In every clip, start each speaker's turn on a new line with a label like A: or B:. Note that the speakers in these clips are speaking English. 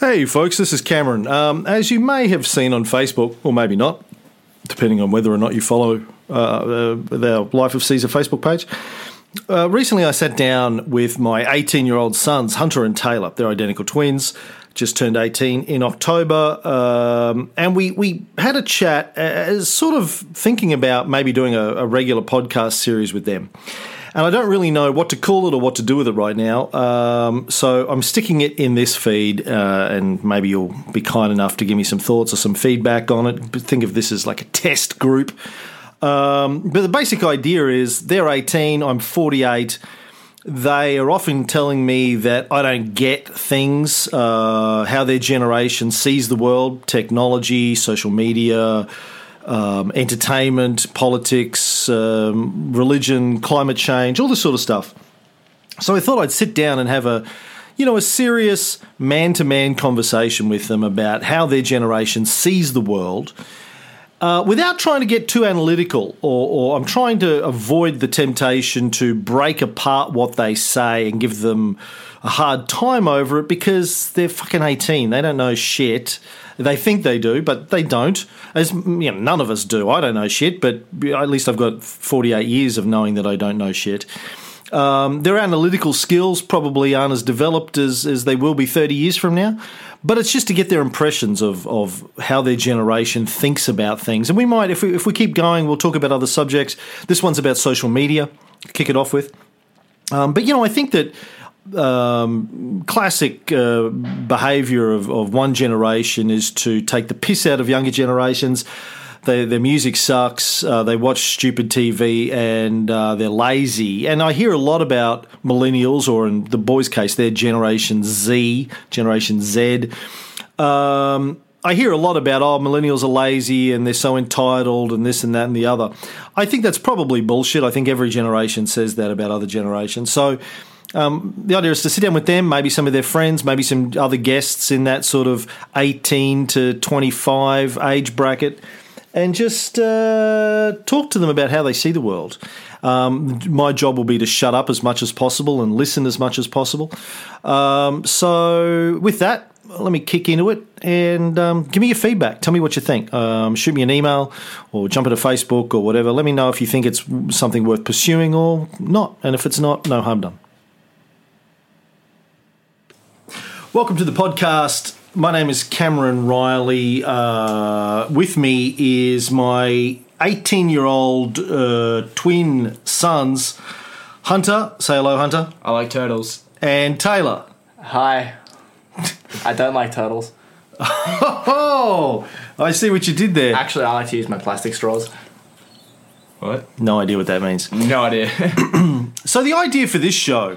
A: Hey, folks, this is Cameron. Um, as you may have seen on Facebook, or maybe not, depending on whether or not you follow uh, uh, the Life of Caesar Facebook page, uh, recently I sat down with my 18 year old sons, Hunter and Taylor. They're identical twins, just turned 18 in October. Um, and we, we had a chat, uh, as sort of thinking about maybe doing a, a regular podcast series with them and I don't really know what to call it or what to do with it right now. Um, so I'm sticking it in this feed, uh, and maybe you'll be kind enough to give me some thoughts or some feedback on it. But Think of this as like a test group. Um, but the basic idea is they're 18, I'm 48. They are often telling me that I don't get things, uh, how their generation sees the world, technology, social media, um, entertainment, politics, um, religion, climate change, all this sort of stuff. So I thought I'd sit down and have a, you know, a serious man-to-man conversation with them about how their generation sees the world, uh, without trying to get too analytical, or, or I'm trying to avoid the temptation to break apart what they say and give them a hard time over it because they're fucking 18. They don't know shit. They think they do, but they don't. As you know, none of us do. I don't know shit, but at least I've got 48 years of knowing that I don't know shit. Um, their analytical skills probably aren't as developed as, as they will be 30 years from now, but it's just to get their impressions of, of how their generation thinks about things. And we might, if we, if we keep going, we'll talk about other subjects. This one's about social media, kick it off with. Um, but, you know, I think that um, classic uh, behavior of, of one generation is to take the piss out of younger generations. They, their music sucks. Uh, they watch stupid TV and uh, they're lazy. And I hear a lot about millennials, or in the boys' case, they're Generation Z, Generation Z. Um, I hear a lot about oh millennials are lazy and they're so entitled and this and that and the other. I think that's probably bullshit. I think every generation says that about other generations. So the idea is to sit down with them, maybe some of their friends, maybe some other guests in that sort of 18 to 25 age bracket, and just uh, talk to them about how they see the world. Um, my job will be to shut up as much as possible and listen as much as possible. Um, so, with that, let me kick into it and um, give me your feedback. Tell me what you think. Um, shoot me an email or jump into Facebook or whatever. Let me know if you think it's something worth pursuing or not. And if it's not, no harm done. Welcome to the podcast. My name is Cameron Riley. Uh, with me is my 18 year old uh, twin sons, Hunter. Say hello, Hunter.
B: I like turtles.
A: And Taylor.
C: Hi. I don't like turtles.
A: Oh, I see what you did there.
C: Actually, I like to use my plastic straws.
B: What?
A: No idea what that means.
B: No idea.
A: So the idea for this show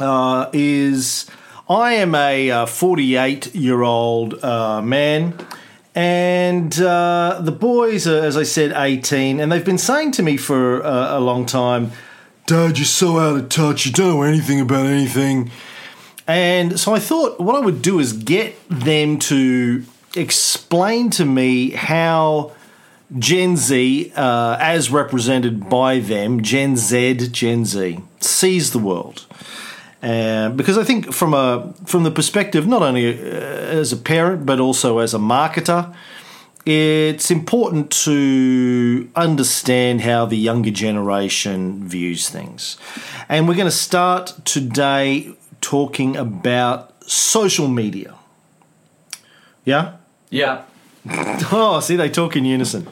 A: uh, is I am a 48 year old uh, man, and uh, the boys are, as I said, 18, and they've been saying to me for uh, a long time, Dad, you're so out of touch, you don't know anything about anything. And so I thought what I would do is get them to explain to me how Gen Z, uh, as represented by them, Gen Z, Gen Z, sees the world. Uh, because I think from a from the perspective not only uh, as a parent but also as a marketer, it's important to understand how the younger generation views things. And we're going to start today talking about social media. Yeah?
B: yeah.
A: Oh, see, they talk in unison.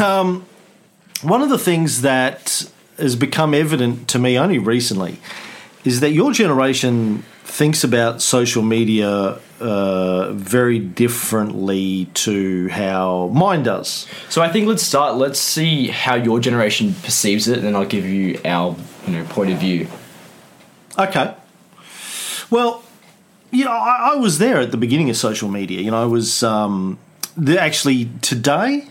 A: Um, one of the things that has become evident to me only recently is that your generation thinks about social media uh, very differently to how mine does.
B: So I think let's start. Let's see how your generation perceives it, and then I'll give you our you know point of view.
A: Okay. Well, you know, I, I was there at the beginning of social media. You know, I was um, the, actually today.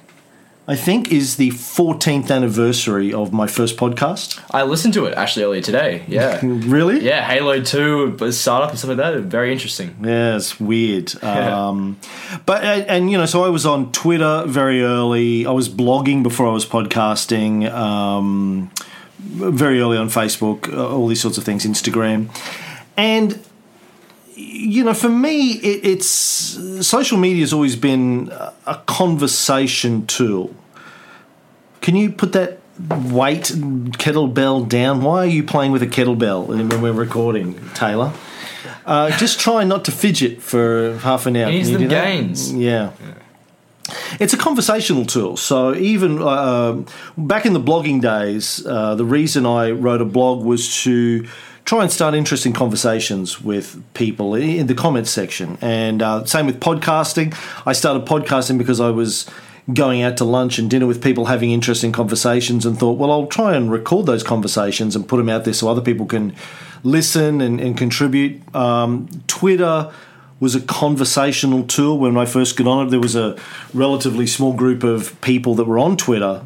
A: I think is the 14th anniversary of my first podcast.
B: I listened to it actually earlier today. Yeah.
A: Really?
B: yeah. Halo Two but startup and stuff like that. Very interesting.
A: Yeah, it's weird. Um, but and, and you know, so I was on Twitter very early. I was blogging before I was podcasting. Um, very early on Facebook, uh, all these sorts of things, Instagram, and you know, for me, it, it's social media has always been a- a conversation tool. Can you put that weight kettlebell down? Why are you playing with a kettlebell when we're recording, Taylor? Uh, just try not to fidget for half an hour.
B: Use
A: Can you
B: them
A: do that?
B: gains.
A: Yeah. It's a conversational tool. So even um back in the blogging days, uh, the reason I wrote a blog was to try and start interesting conversations with people i- in the comments section. And uh, same with podcasting. I started podcasting because I was going out to lunch and dinner with people having interesting conversations and thought, well, I'll try and record those conversations and put them out there so other people can listen and, and contribute. Um, Twitter was a conversational tool when I first got on it. There was a relatively small group of people that were on Twitter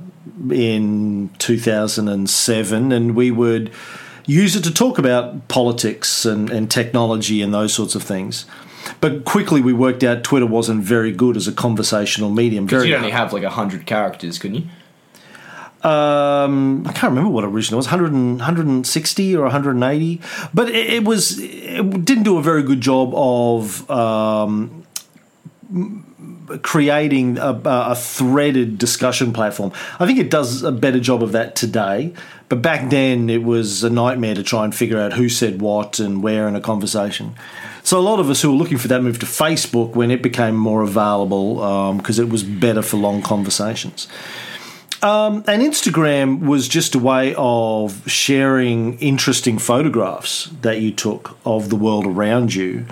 A: in 2007, and we would use it to talk about politics and, and technology and those sorts of things. But quickly, we worked out Twitter wasn't very good as a conversational medium.
B: You
A: Very
B: would only have like hundred characters, couldn't you?
A: um, I can't remember what originally it was 100 and, 160 or 180, but it, it was it didn't do a very good job of um, m- creating a, a threaded discussion platform. I think it does a better job of that today, but back then it was a nightmare to try and figure out who said what and where in a conversation. So a lot of us who were looking for that moved to Facebook when it became more available because it was better for long conversations Um, and Instagram was just a way of sharing interesting photographs that you took of the world around you.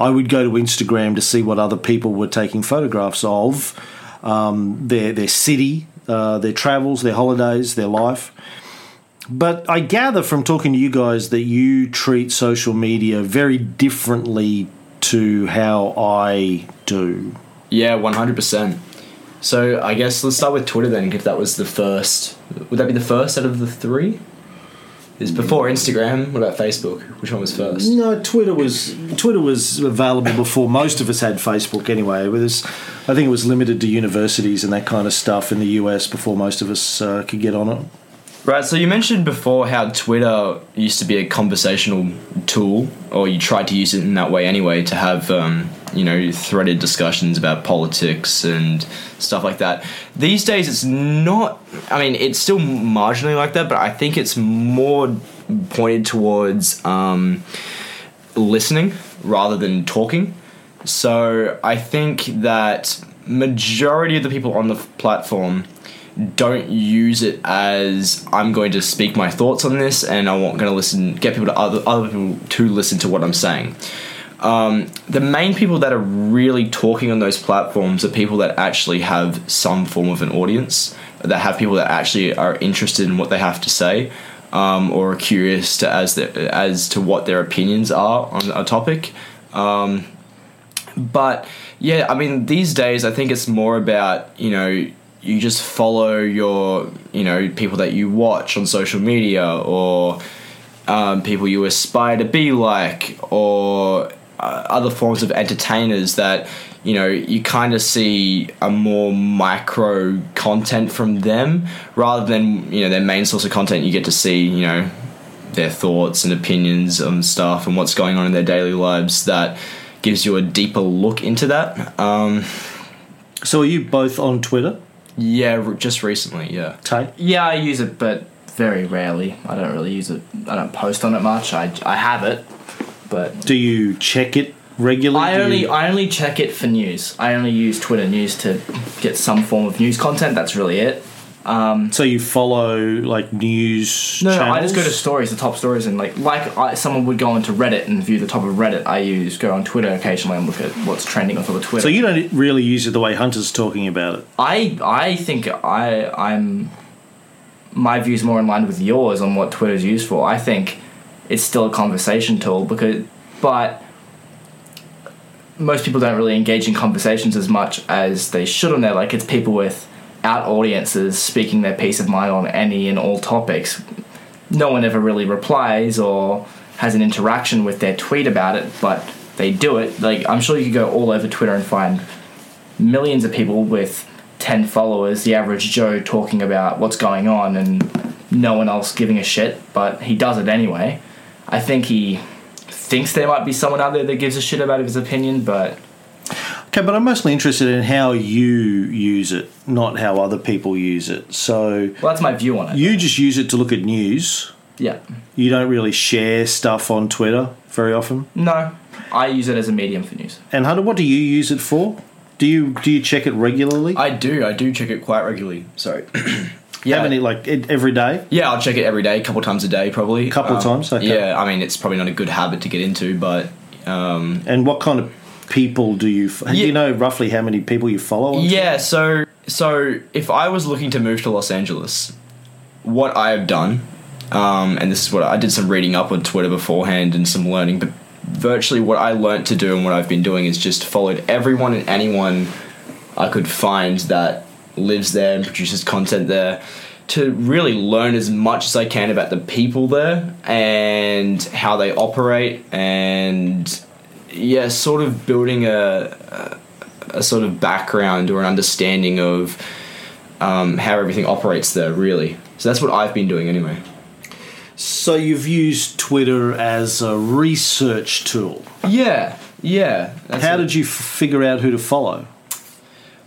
A: I would go to Instagram to see what other people were taking photographs of um, their their city, uh, their travels, their holidays, their life. But I gather from talking to you guys that you treat social media very differently to how I do.
B: Yeah, one hundred percent. So I guess let's start with Twitter then, if that was the first. Would that be the first out of the three? Is before Instagram? What about Facebook? Which one was first?
A: No, Twitter was Twitter was available before most of us had Facebook. Anyway, it was, I think it was limited to universities and that kind of stuff in the US before most of us uh, could get on it.
B: Right. So you mentioned before how Twitter used to be a conversational tool, or you tried to use it in that way anyway to have um, you know threaded discussions about politics and stuff like that. These days, it's not. I mean, it's still marginally like that, but I think it's more pointed towards. Um, listening rather than talking. So I think that majority of the people on the f- platform don't use it as I'm going to speak my thoughts on this and I want going to listen get people to other other people to listen to what I'm saying. Um, the main people that are really talking on those platforms are people that actually have some form of an audience, that have people that actually are interested in what they have to say, um, or are curious to, as the, as to what their opinions are on a topic. Um, but yeah, I mean, these days I think it's more about you know you just follow your you know people that you watch on social media or um, people you aspire to be like or uh, other forms of entertainers that you know you kind of see a more micro content from them rather than you know their main source of content you get to see you know their thoughts and opinions on stuff and what's going on in their daily lives that gives you a deeper look into that um,
A: So, are you both on Twitter,
B: yeah re- just recently yeah
A: Tay?
C: Yeah, I use it, but very rarely. I don't really use it. I don't post on it much. I, I have it, but
A: Do you check it regularly?
C: I
A: Do
C: only
A: you-
C: I only check it for news. I only use Twitter news to get some form of news content. That's really it. Um,
A: so you follow like news.
C: no, no,
A: channels?
C: I just go to stories, the top stories, and like like I, someone would go onto Reddit and view the top of Reddit. I use go on Twitter occasionally and look at what's trending on top of Twitter.
A: So you don't really use it the way Hunter's talking about it.
C: I I think I I'm my views more in line with yours on what Twitter's used for. I think it's still a conversation tool because but most people don't really engage in conversations as much as they should on there. Like it's people with out audiences speaking their peace of mind on any and all topics. No one ever really replies or has an interaction with their tweet about it, but they do it. Like I'm sure you could go all over Twitter and find millions of people with 10 followers, the average Joe talking about what's going on and no one else giving a shit, but he does it anyway. I think he thinks there might be someone out there that gives a shit about his opinion, but
A: Okay, but I'm mostly interested in how you use it, not how other people use it. So
C: well, that's my view on it.
A: you just use it to look at news.
C: yeah.
A: You don't really share stuff on Twitter very often.
C: No, I use it as a medium for news.
A: And Hunter, what do you use it for? Do you do you check it regularly?
B: I do. I do check it quite regularly. Sorry.
A: yeah. How many like e- every day?
B: Yeah, I'll check it every day, a couple times a day, probably. A
A: Couple times, okay.
B: Yeah, I mean, it's probably not a good habit to get into, but um,
A: And what kind of people do you? F- Do
B: Yeah.
A: you know roughly how many people you follow? on
B: yeah. So, so if I was looking to move to Los Angeles, what I have done, um, and this is what I did some reading up on Twitter beforehand and some learning, but virtually what I learnt to do and what I've been doing is just followed everyone and anyone I could find that lives there and produces content there to really learn as much as I can about the people there and how they operate and yeah, sort of building a a, a sort of background or an understanding of um, how everything operates there really. So that's what I've been doing anyway.
A: So you've used Twitter as a research tool.
B: Yeah, yeah. that's
A: how
B: it.
A: did you f- figure out who to follow?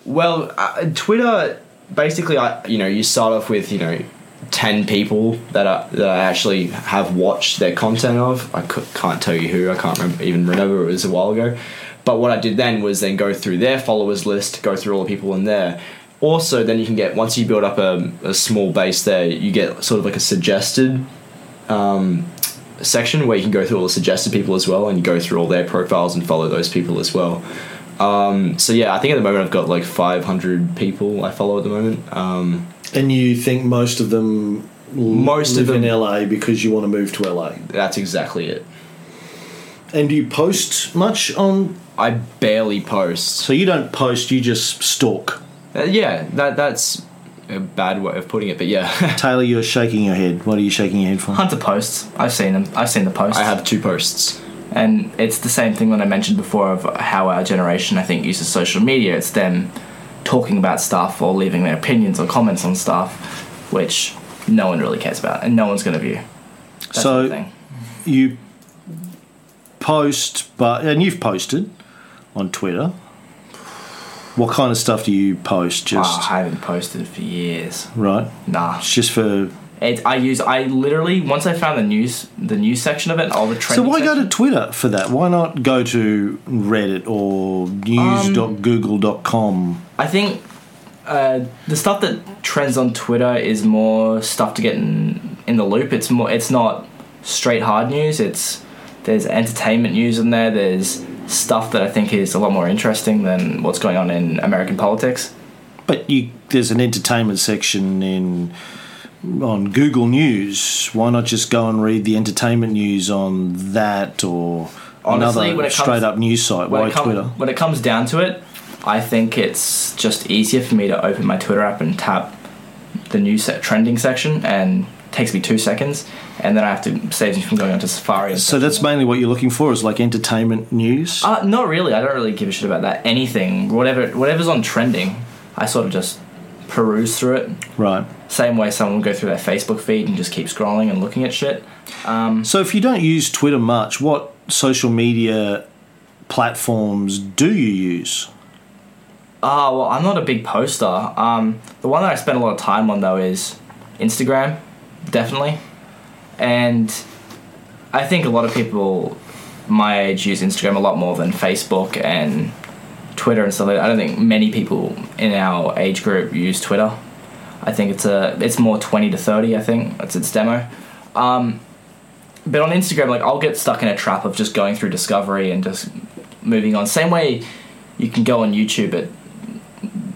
B: Well, uh, Twitter basically, I you know, you start off with you know, ten people that I that I actually have watched their content of. I cou- can't tell you who. I can't remember, even remember. It was a while ago. But what I did then was then go through their followers list, go through all the people in there. Also, then you can get once you build up a, a small base there, you get sort of like a suggested um, section where you can go through all the suggested people as well, and you go through all their profiles and follow those people as well. Um, so yeah, I think at the moment I've got like 500 people I follow at the moment. Um,
D: And you think most of them l-
B: Most
D: live
B: of them-
D: in LA because you want to move to LA.
B: that's exactly it.
D: And do you post much on?
B: I barely post.
A: So you don't post, you just stalk.
B: Uh, yeah, that that's a bad way of putting it, but yeah,
A: Taylor, you're shaking your head. What are you shaking your head for?
C: Hunter posts. I've seen them. I've seen the posts.
B: I have two posts.
C: And it's the same thing that I mentioned before of how our generation, I think, uses social media. It's them talking about stuff or leaving their opinions or comments on stuff, which no one really cares about and no one's going to view. That's
A: So-
C: the thing.
A: You post, but and you've posted on Twitter. What kind of stuff do you post? Just
C: Oh, I haven't posted for years.
A: right.
C: Nah.
A: It's just for.
C: It, I use. I literally once I found the news, the news section of it, all the trends.
A: So why go to Twitter for that? Why not go to Reddit or news.google.com?
C: I think uh, the stuff that trends on Twitter is more stuff to get in, in the loop. It's more. It's not straight hard news. It's there's entertainment news in there. There's stuff that I think is a lot more interesting than what's going on in American politics.
A: But you, there's an entertainment section in on Google News. Why not just go and read the entertainment news on that or
C: Honestly, when
A: another
C: it comes-
A: straight up news site?
C: When
A: Why
C: it, come-
A: Twitter?
C: when it comes down to it, I think it's just easier for me to open my Twitter app and tap the news set trending section, and takes me two seconds, and then I have to saves me from going onto Safari. and
A: So that's mainly what you're looking for is like entertainment news.
C: Uh, not really. I don't really give a shit about that. Anything, whatever, whatever's on trending, I sort of just peruse through it.
A: right.
C: Same way someone would go through their Facebook feed and just keep scrolling and looking at shit.
B: mm.
A: So if you don't use Twitter much, what social media platforms do you use?
C: Ah, well, I'm not a big poster. Um, the one that I spend a lot of time on though is Instagram, definitely, and I think a lot of people my age use Instagram a lot more than Facebook and Twitter and stuff like that. I don't think many people in our age group use Twitter. I think it's a it's more twenty to thirty. I think that's its demo. Um, but on Instagram, like I'll get stuck in a trap of just going through discovery and just moving on. Same way you can go on YouTube at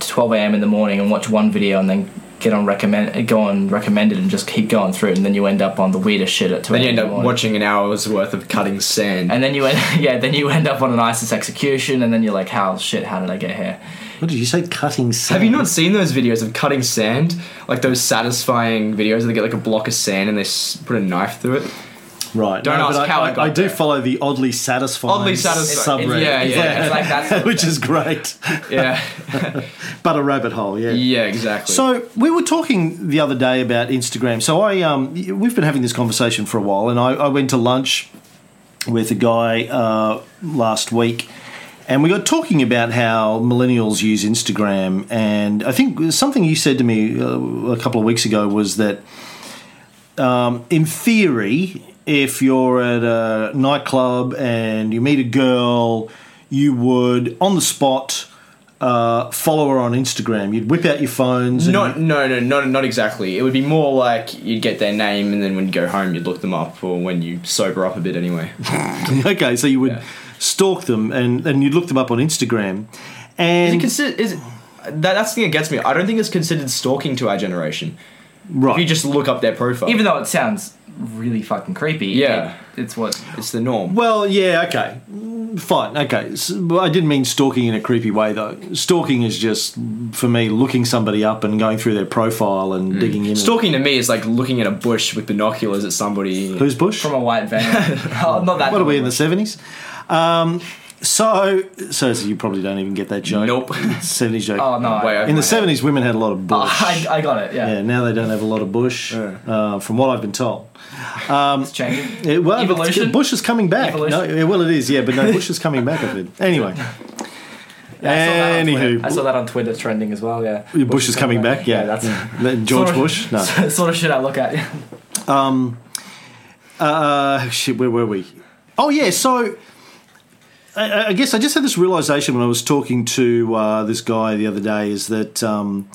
C: twelve a.m. in the morning and watch one video and then get on recommend go on recommended and just keep going through it, and then you end up on the weirdest shit at two.
B: Then you
C: a.m.
B: end
C: in the
B: up
C: morning.
B: watching an hour's worth of cutting sand.
C: And then you end, yeah, then you end up on an ISIS execution, and then you're like, "How shit? How did I get here?"
A: What did you say? Cutting.
B: have you
A: sand?
B: not seen those videos of cutting sand? Like those satisfying videos where they get like a block of sand and they s- put a knife through it.
A: Right.
B: Don't
A: but
B: ask how I got
A: I do
B: there.
A: follow the oddly satisfying
B: Oddly satisfying.
A: subreddit.
B: Yeah,
C: it's Like, it's like that's
A: Which is great,
B: Yeah,
A: but a rabbit hole, yeah.
B: yeah, exactly.
A: So we were talking the other day about Instagram. So I, um, we've been having this conversation for a while, and I, I went to lunch with a guy uh, last week, and we got talking about how millennials use Instagram. And I think something you said to me uh, a couple of weeks ago was that, um, in theory, if you're at a nightclub and you meet a girl, you would on the spot. Uh, follow her on Instagram. You'd whip out your phones. And
B: Not, no, no, not, not exactly. It would be more like you'd get their name and then when you go home, you'd look them up, or when you sober up a bit anyway.
A: okay, so you would
B: Yeah.
A: stalk them and, and you'd look them up on Instagram.
B: Is it
A: And
B: considered? Is it, that, that's the thing that gets me. I don't think it's considered stalking to our generation. If
A: right,
B: you just look up their profile,
C: Even though it sounds really fucking creepy.
B: Yeah.
C: it- it's what.
B: it's the norm.
A: well, yeah, okay, Mm, fine, okay. S but I didn't mean stalking in a creepy way though. Stalking is just for me looking somebody up and going through their profile and
B: Mm.
A: digging in.
B: Stalking to me is like looking at a bush with binoculars at somebody.
A: Who's Bush?
C: From a white van. oh, not that.
A: what are we in the seventies? Um, so, so you probably don't even get that joke.
B: Nope.
A: seventies joke.
C: Oh no. Oh,
B: Way over
A: in
B: my
A: the
B: head.
A: seventies, women had a lot of Bush.
C: I, I got it. Yeah.
A: yeah, now they don't have a lot of Bush,
B: Yeah.
A: uh, from what I've been told.
C: It's changing.
A: It, well, it's-
C: Evolution?
A: Bush is coming back.
C: Evolution?
A: No, yeah, well, it is, yeah, but no, Bush is coming back. I think. Anyway,
C: Yeah, I saw that on Twitter.
A: anywho,
C: I saw that on Twitter trending as well. Yeah.
A: Bush, is coming back. Yeah,
C: that's
A: Yeah. George
C: Sort of-
A: Bush. No.
C: sort of shit I look at.
A: Um, uh, shit, where were we? Oh yeah, so I- I, I guess I just had this realization when I was talking to uh, this guy the other day is that um,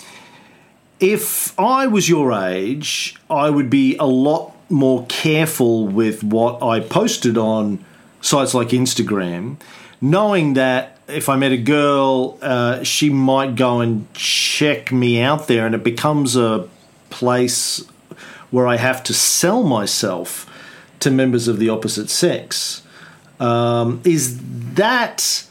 A: if I was your age, I would be a lot more careful with what I posted on sites like Instagram, knowing that if I met a girl, uh, she might go and check me out there, and it becomes a place where I have to sell myself to members of the opposite sex. Um, is that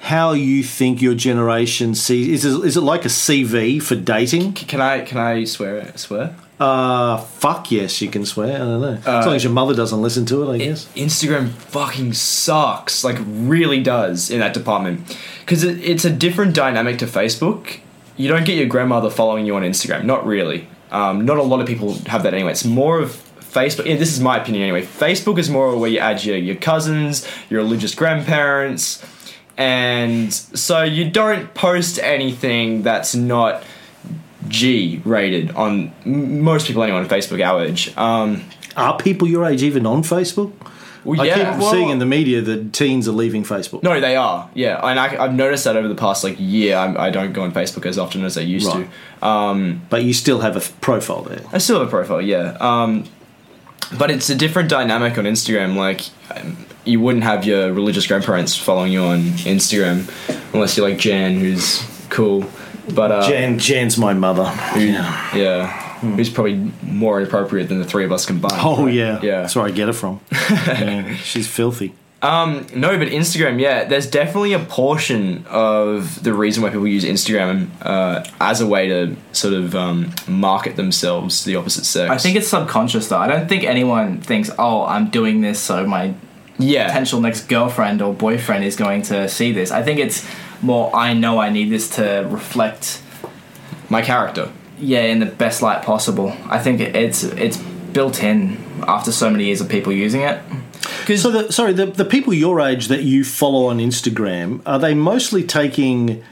A: how you think your generation sees? Is it, is it like a CV for dating?
B: Can I can I swear swear?
A: Uh, fuck yes, you can swear. I don't know.
B: Uh,
A: as long as your mother doesn't listen to it, I guess.
B: Instagram fucking sucks. Like really does in that department because it, it's a different dynamic to Facebook. You don't get your grandmother following you on Instagram. Not really. Um, not a lot of people have that anyway. It's more of Facebook. Yeah, this is my opinion anyway. Facebook is more where you add your, your cousins, your religious grandparents, and so you don't post anything that's not G rated on m- most people anyway on Facebook our age. Um,
A: Are people your age even on Facebook?
B: well,
A: I
B: yeah,
A: keep
B: well-
A: seeing in the media that teens are leaving Facebook.
B: No, they are. Yeah, and I, I've noticed that over the past like year, I'm, I don't go on Facebook as often as I used
A: Right.
B: to. Um,
A: But you still have a th- profile there.
B: I still have a profile, yeah. Um, but it's a different dynamic on Instagram. Like, um, you wouldn't have your religious grandparents following you on Instagram unless you're like Jan, who's cool. But uh,
A: Jan, Jan's my mother.
B: who, yeah, who's probably more inappropriate than the three of us combined.
A: Oh yeah,
B: Yeah.
A: That's where I get her from. Yeah, she's filthy.
B: Um, no, but Instagram, yeah, there's definitely a portion of the reason why people use Instagram uh, as a way to sort of um, market themselves to the opposite sex.
C: I think it's subconscious though. I don't think anyone thinks, "Oh, I'm doing this so my
B: yeah,
C: potential next girlfriend or boyfriend is going to see this." I think it's more, "I know I need this to reflect,
B: my character.
C: yeah, in the best light possible." I think it- it's it's built in after so many years of people using it.
A: So, the, sorry, the, the people your age that you follow on Instagram are they mostly taking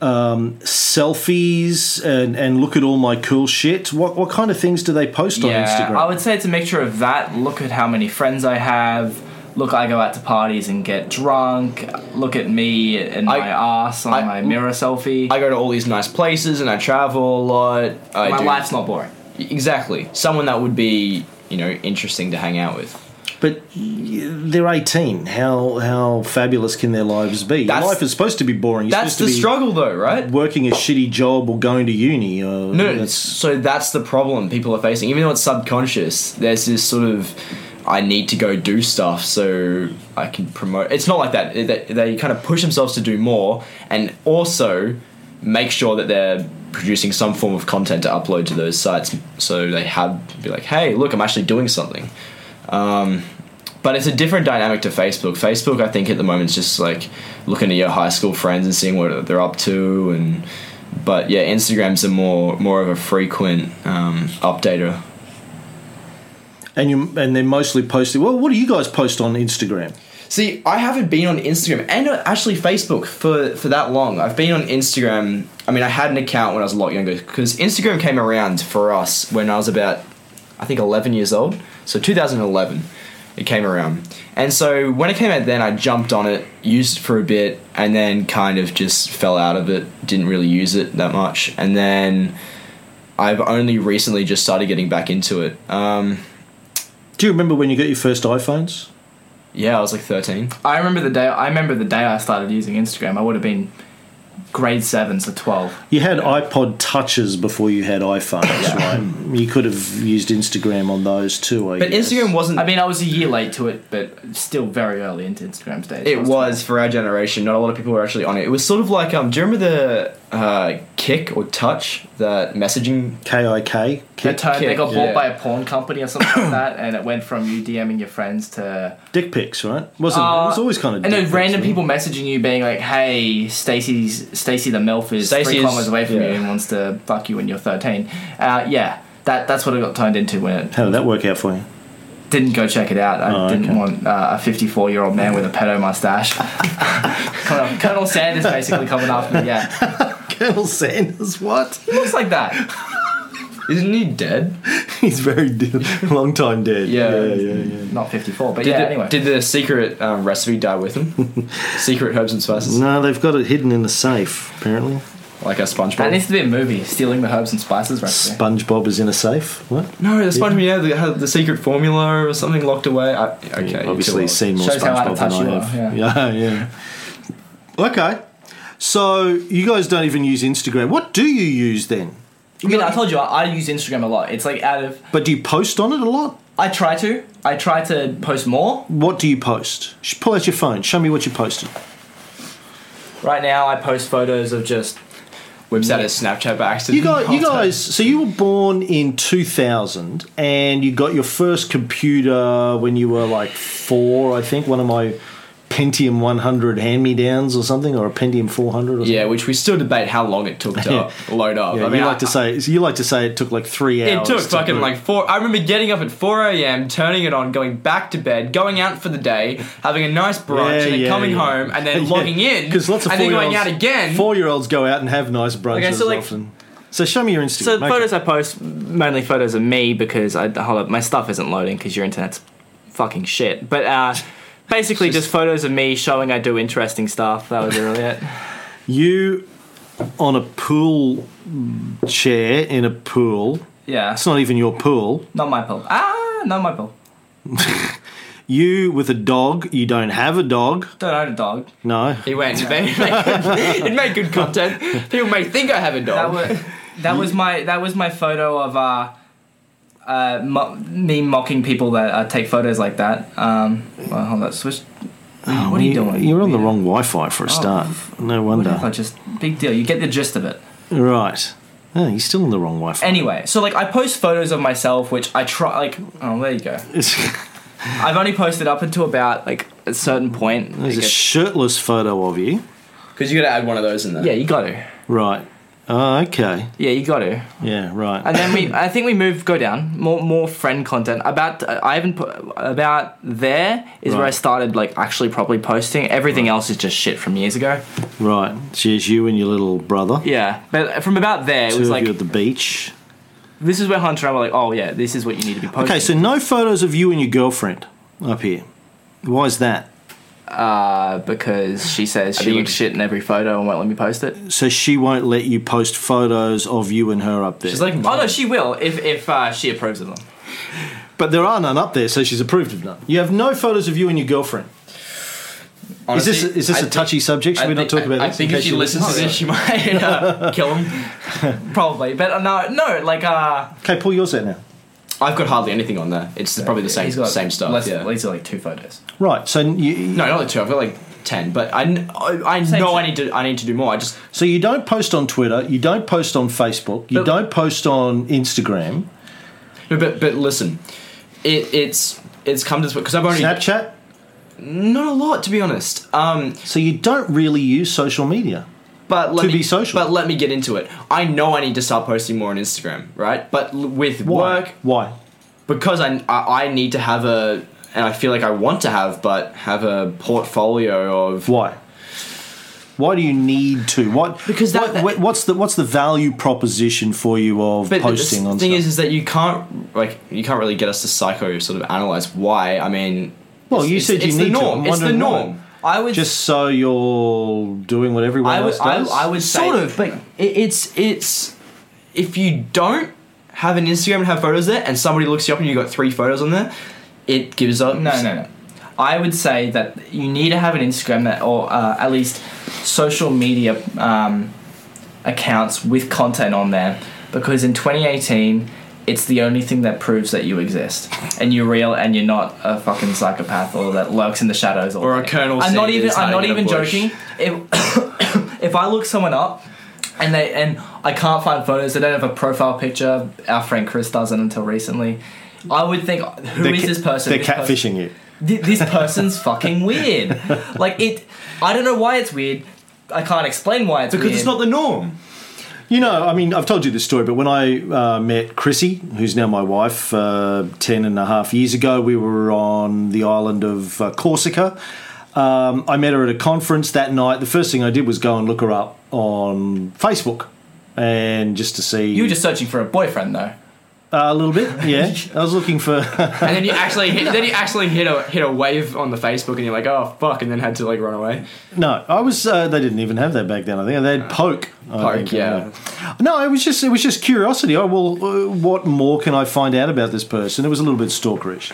A: um, selfies and, and look at all my cool shit? What what kind of things do they post on Instagram?
C: I would say it's a mixture of that. Look at how many friends I have. Look, I go out to parties and get drunk. Look at me and
B: I-
C: my ass on
B: I-
C: my mirror selfie.
B: I go to all these nice places and I travel a lot. I
C: my
B: do-
C: life's not boring.
B: exactly someone that would be you know interesting to hang out with.
A: but y- they're eighteen. How how fabulous can their lives be? Your
B: That's-
A: Life is supposed to be boring. You're
B: That's
A: supposed to
B: the
A: be
B: struggle, though, right?
A: Working a shitty job or going to uni. uh, Or,
B: No, no, so that's the problem people are facing. Even though it's subconscious, there's this sort of I need to go do stuff so I can promote. It's not like that. It- that- They kind of push themselves to do more and also make sure that they're producing some form of content to upload to those sites so they have be like, hey, look, I'm actually doing something. Um, but it's a different dynamic to Facebook. Facebook, I think, at the moment is just like looking at your high school friends and seeing what they're up to, and but yeah, Instagram's a more more of a frequent um, updater.
A: and you and they're mostly posting. Well, what do you guys post on Instagram?
B: See, I haven't been on Instagram and uh, actually Facebook for, for that long. I've been on Instagram. I mean, I had an account when I was a lot younger because Instagram came around for us when I was about, I think, 11 years old. So 2011, it came around. And so when it came out then, I jumped on it, used it for a bit, and then kind of just fell out of it. Didn't really use it that much. And then I've only recently just started getting back into it. Um,
A: Do you remember when you got your first iPhones?
B: yeah, I was like 13.
C: I remember the day. I remember the day I started using Instagram. I would have been grade seven, so twelve.
A: You had iPod touches before you had iPhones, right? You could have used Instagram on those too. I
B: But
A: guess.
B: Instagram wasn't.
C: I mean, I was a year late to it, but still very early into Instagram's days.
B: It was for our generation. Not a lot of people were actually on it. It was sort of like um. Do you remember the uh, kick or touch that messaging?
A: KIK.
C: They, turned, they
B: kick,
C: got bought
B: yeah.
C: by a porn company or something like that, and it went from you DMing your friends to
A: Dick pics, right? Wasn't it
B: Uh,
A: was always kind of
C: and
A: dick
C: then
A: pics,
C: random
A: wasn't it?
C: people messaging you, being like, "Hey, Stacy's Stacy the MILF is
B: Stacey
C: three
B: is-
C: kilometers away from
B: yeah.
C: you and wants to fuck you when you're 13." Uh, yeah, that that's what it got turned into when it
A: How did that work out for you?
C: didn't go check it out. I
A: Oh,
C: didn't
A: okay.
C: want uh, a 54 year old man with a pedo mustache. Colonel, Colonel Sanders basically coming after me. Yeah,
A: Colonel Sanders, what?
C: he looks like that.
B: Isn't he dead?
A: He's very dead. long time dead.
B: Yeah.
A: yeah, yeah. yeah.
C: Not 54, but
B: Did
C: yeah.
B: the,
C: anyway,
B: Did the secret um, recipe die with him? secret herbs and spices,
A: No, they've got it hidden in the safe. Apparently,
B: like a
C: that
B: SpongeBob.
C: needs to be a movie. Stealing the herbs and spices recipe.
A: SpongeBob is in a safe. What?
B: no, the SpongeBob yeah. they had the secret formula or something locked away. I, okay,
A: Yeah,
B: too
A: obviously
B: old.
A: he's seen more
C: Shows how out
A: SpongeBob
C: of
A: than
C: touch
A: I
C: you
A: have.
C: are,
A: Yeah, yeah. Okay, so you guys don't even use Instagram. What do you use then?
C: I mean, I told you I, I use Instagram a lot. It's like out of
A: But do you post on it a lot?
C: I try to I try to post more.
A: What do you post? Sh- Pull out your phone. Show me what you posted.
C: Right now, I post photos of just
B: whips out his Snapchat by accident.
A: You guys, you
B: Oh,
A: guys. So you were born in two thousand, and you got your first computer when you were like four, I think. One of my Pentium one hundred hand me downs or something, or a Pentium four hundred. or something.
B: Yeah, which we still debate how long it took to load up.
A: Yeah,
B: I mean,
A: you
B: I-
A: like to say you like to say it took like three
B: It
A: hours.
B: took
A: to
B: fucking
A: boot.
B: like four. I remember getting up at four a.m., turning it on, going back to bed, going out for the day, having a nice brunch,
A: Yeah,
B: and then
A: yeah,
B: coming
A: yeah.
B: home, and then logging in,
A: because lots of
B: and then going out
A: four-year-olds-
B: again.
A: Four-year-olds go out and have nice brunches
C: Okay, so, like-
A: often. So show me your Instagram.
C: So the
A: Okay.
C: photos I post mainly photos of me because I hold up my stuff isn't loading because your internet's fucking shit. But uh, basically just, photos of me showing I do interesting stuff. That was really it.
A: you on a pool chair in a pool.
C: Yeah,
A: That's not even your pool.
C: not my pill. Ah, not my pill.
A: You with a dog. You don't have a dog.
C: Don't own a dog.
A: No.
B: He went. It, made good, it made good content. People may think I have a
C: That
B: dog.
C: was that was my that was my photo of uh, uh mo- me mocking people that uh, take photos like that. Um, well, hold on, switch. what are you, doing?
A: Oh,
C: Oh,
A: You're on the wrong Wi-Fi for a start. No
C: What if I
A: wonder.
C: just big deal? You get the gist of it.
A: Right. Oh, you're still on the wrong Wi-Fi.
C: Anyway, so like I post photos of myself, which I try like. Oh, there you go. I've only posted up until about like a certain point.
A: There's a
C: Like,
A: shirtless photo of you.
B: Because you got to add one of those in there.
C: yeah, you got to.
A: Right. Oh, okay.
C: Yeah, you got to.
A: Yeah, right.
C: And then we, I think we move go down more more friend content. About I haven't put about there is where I
A: Right.
C: started like actually properly posting. Everything else is just shit from years ago.
A: Right. So it's you and your little brother.
C: Yeah, but from about there it
A: Two
C: was
A: of
C: like
A: you at the beach.
C: this is where Hunter and I were like, oh yeah, this is what you need to be posting.
A: Okay, so no photos of you and your girlfriend up here. Why is that?
C: uh, because she says she
B: think
C: looks
B: it's-
C: shit in every photo and won't let me post it.
A: So she won't let you post photos of you and her up there.
B: She's like,
C: Oh no, she will if if uh, she approves of them.
A: but there are none up there, so she's approved of none. You have no photos of you and your girlfriend.
B: honestly,
A: is this is this
B: I
A: a
B: think-
A: touchy subject? Should
B: I
A: we not
B: think-
A: talk about
B: I,
A: this?
B: I think
A: in
B: if
A: case
B: she
C: Oh,
B: listens to this, she might uh, kill him.
C: Probably, but uh, no, no, like uh,
A: Okay, pull yours out now.
B: I've got hardly anything on there. It's probably the same
C: he's got
B: same stuff.
C: Less,
B: yeah.
C: These are like two photos.
A: Right. So you
B: No, not the two. I've got like ten. But I, kn- I, I know
C: Same
B: I
C: thing.
B: need to I need to do more. I just
A: so you don't post on Twitter. You don't post on Facebook. You
B: But-
A: don't post on Instagram.
B: No, but but listen, it, it's it's come to this because I've only
A: Snapchat.
B: not a lot to be honest. Um,
A: So you don't really use social media.
B: but let
A: To
B: me,
A: be social.
B: But let me get into it. I know I need to start posting more on Instagram, right? But l- with
A: Why?
B: work,
A: Why?
B: because I, I I need to have a and I feel like I want to have but have a portfolio of
A: Why? Why do you need to? What?
B: Because that-
A: what- what- what's the what's the value proposition for you of
B: but
A: posting
B: the
A: on
B: thing
A: stuff?
B: is is that you can't like you can't really get us to psycho sort of analyze why I mean
A: well, you
B: it's-
A: said you
B: it's
A: need
B: the norm
A: to. I'm
B: it's the
A: wondering why.
B: norm I would
A: Just so you're doing what everyone
B: I would,
A: else
B: I,
A: does.
B: I would say
A: Sort of,
B: but it, it's it's if you don't have an Instagram and have photos there, and somebody looks you up and you got three photos on there, it gives up.
C: No, no, no. I would say that you need to have an Instagram that, or uh, at least social media um, accounts with content on there, because in 2018, it's the only thing that proves that you exist and you're real and you're not a fucking psychopath or that lurks in the shadows all
B: Or a
C: day.
B: Colonel
C: I'm not
B: Sanders
C: even. I'm
B: hiding
C: not
B: in a
C: even
B: bush.
C: joking. If if I look someone up. And they and I can't find photos. They don't have a profile picture. Our friend Chris doesn't until recently. I would think, who is
A: they're ca-
C: this person?
A: They're
C: This person-
A: catfishing you.
C: Th- this person's fucking weird. Like it, I don't know why it's weird. I can't explain why it's
B: Because
C: weird.
B: it's not the norm.
A: You know, I mean, I've told you this story, but when I uh, met Chrissy, who's now my wife, uh, 10 and a half years ago, we were on the island of uh, Corsica. Um, I met her at a conference that night. The first thing I did was go and look her up on Facebook and just to see.
C: you were just searching for a boyfriend though,
A: Uh, a little bit, yeah. I was looking for.
B: And then you actually hit, then you actually hit a hit a wave on the Facebook, and you're like, oh fuck, and then had to like run away.
A: No, I was. Uh, they didn't even have that back then. I think they had poke. I
B: Uh, Poke,
A: think, uh,
B: yeah.
A: No, it was just it was just curiosity. Oh well, uh, what more can I find out about this person? It was a little bit stalkerish.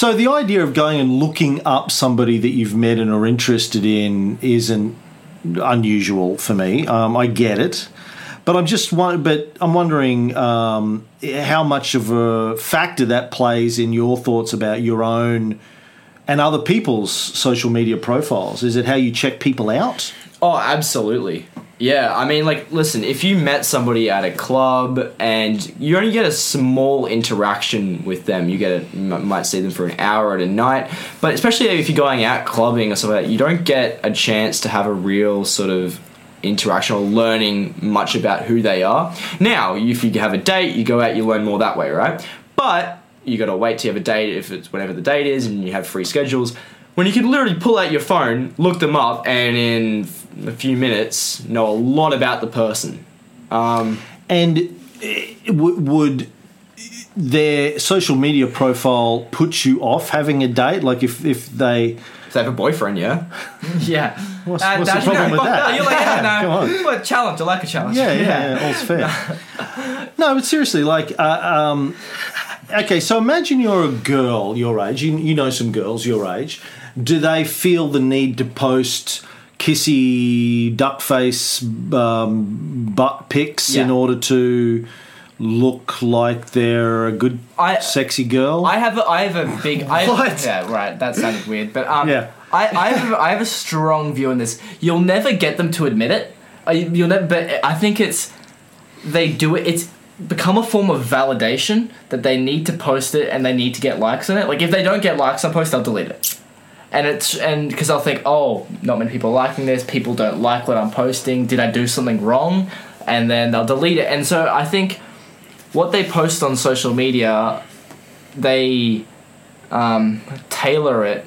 A: So the idea of going and looking up somebody that you've met and are interested in isn't unusual for me. Um, I get it, but I'm just one. But I'm wondering um, how much of a factor that plays in your thoughts about your own and other people's social media profiles? Is it how you check people out?
B: Oh, absolutely. Yeah, I mean, like, listen, if you met somebody at a club and you only get a small interaction with them, you get a, you m- might see them for an hour at a night, but especially if you're going out clubbing or something like that, you don't get a chance to have a real sort of interaction or learning much about who they are. Now, if you have a date, you go out, you learn more that way, right? But you got to wait till you have a date if it's whenever the date is and you have free schedules when you can literally pull out your phone look them up and in f- a few minutes know a lot about the person
A: And eh, w- would their social media profile put you off having a date? Like if, if they.
B: if they have a boyfriend yeah
C: yeah. Uh,
A: What's- what's the problem with that?
C: No, you're like, yeah, no.
A: Come on.
C: Well, challenge. I like a challenge.
A: Yeah, yeah, yeah, all's fair. no, but seriously, like. Uh, um, okay, so imagine you're a girl your age, you, you know some girls your age. Do they feel the need to post kissy duck face um, butt pics in
C: Yeah.
A: order to look like they're a good,
C: I-
A: sexy girl?
C: I have a, I have a big I
A: What?
C: yeah right that sounded weird but um
A: Yeah.
C: I I have, a, I have a strong view on this you'll never get them to admit it I, you'll never but I think it's they do it it's become a form of validation that they need to post it and they need to get likes on it like if they don't get likes on a post they'll delete it and it's and because I'll think oh not many people are liking this people don't like what I'm posting did I do something wrong and then they'll delete it and so I think what they post on social media they um, tailor it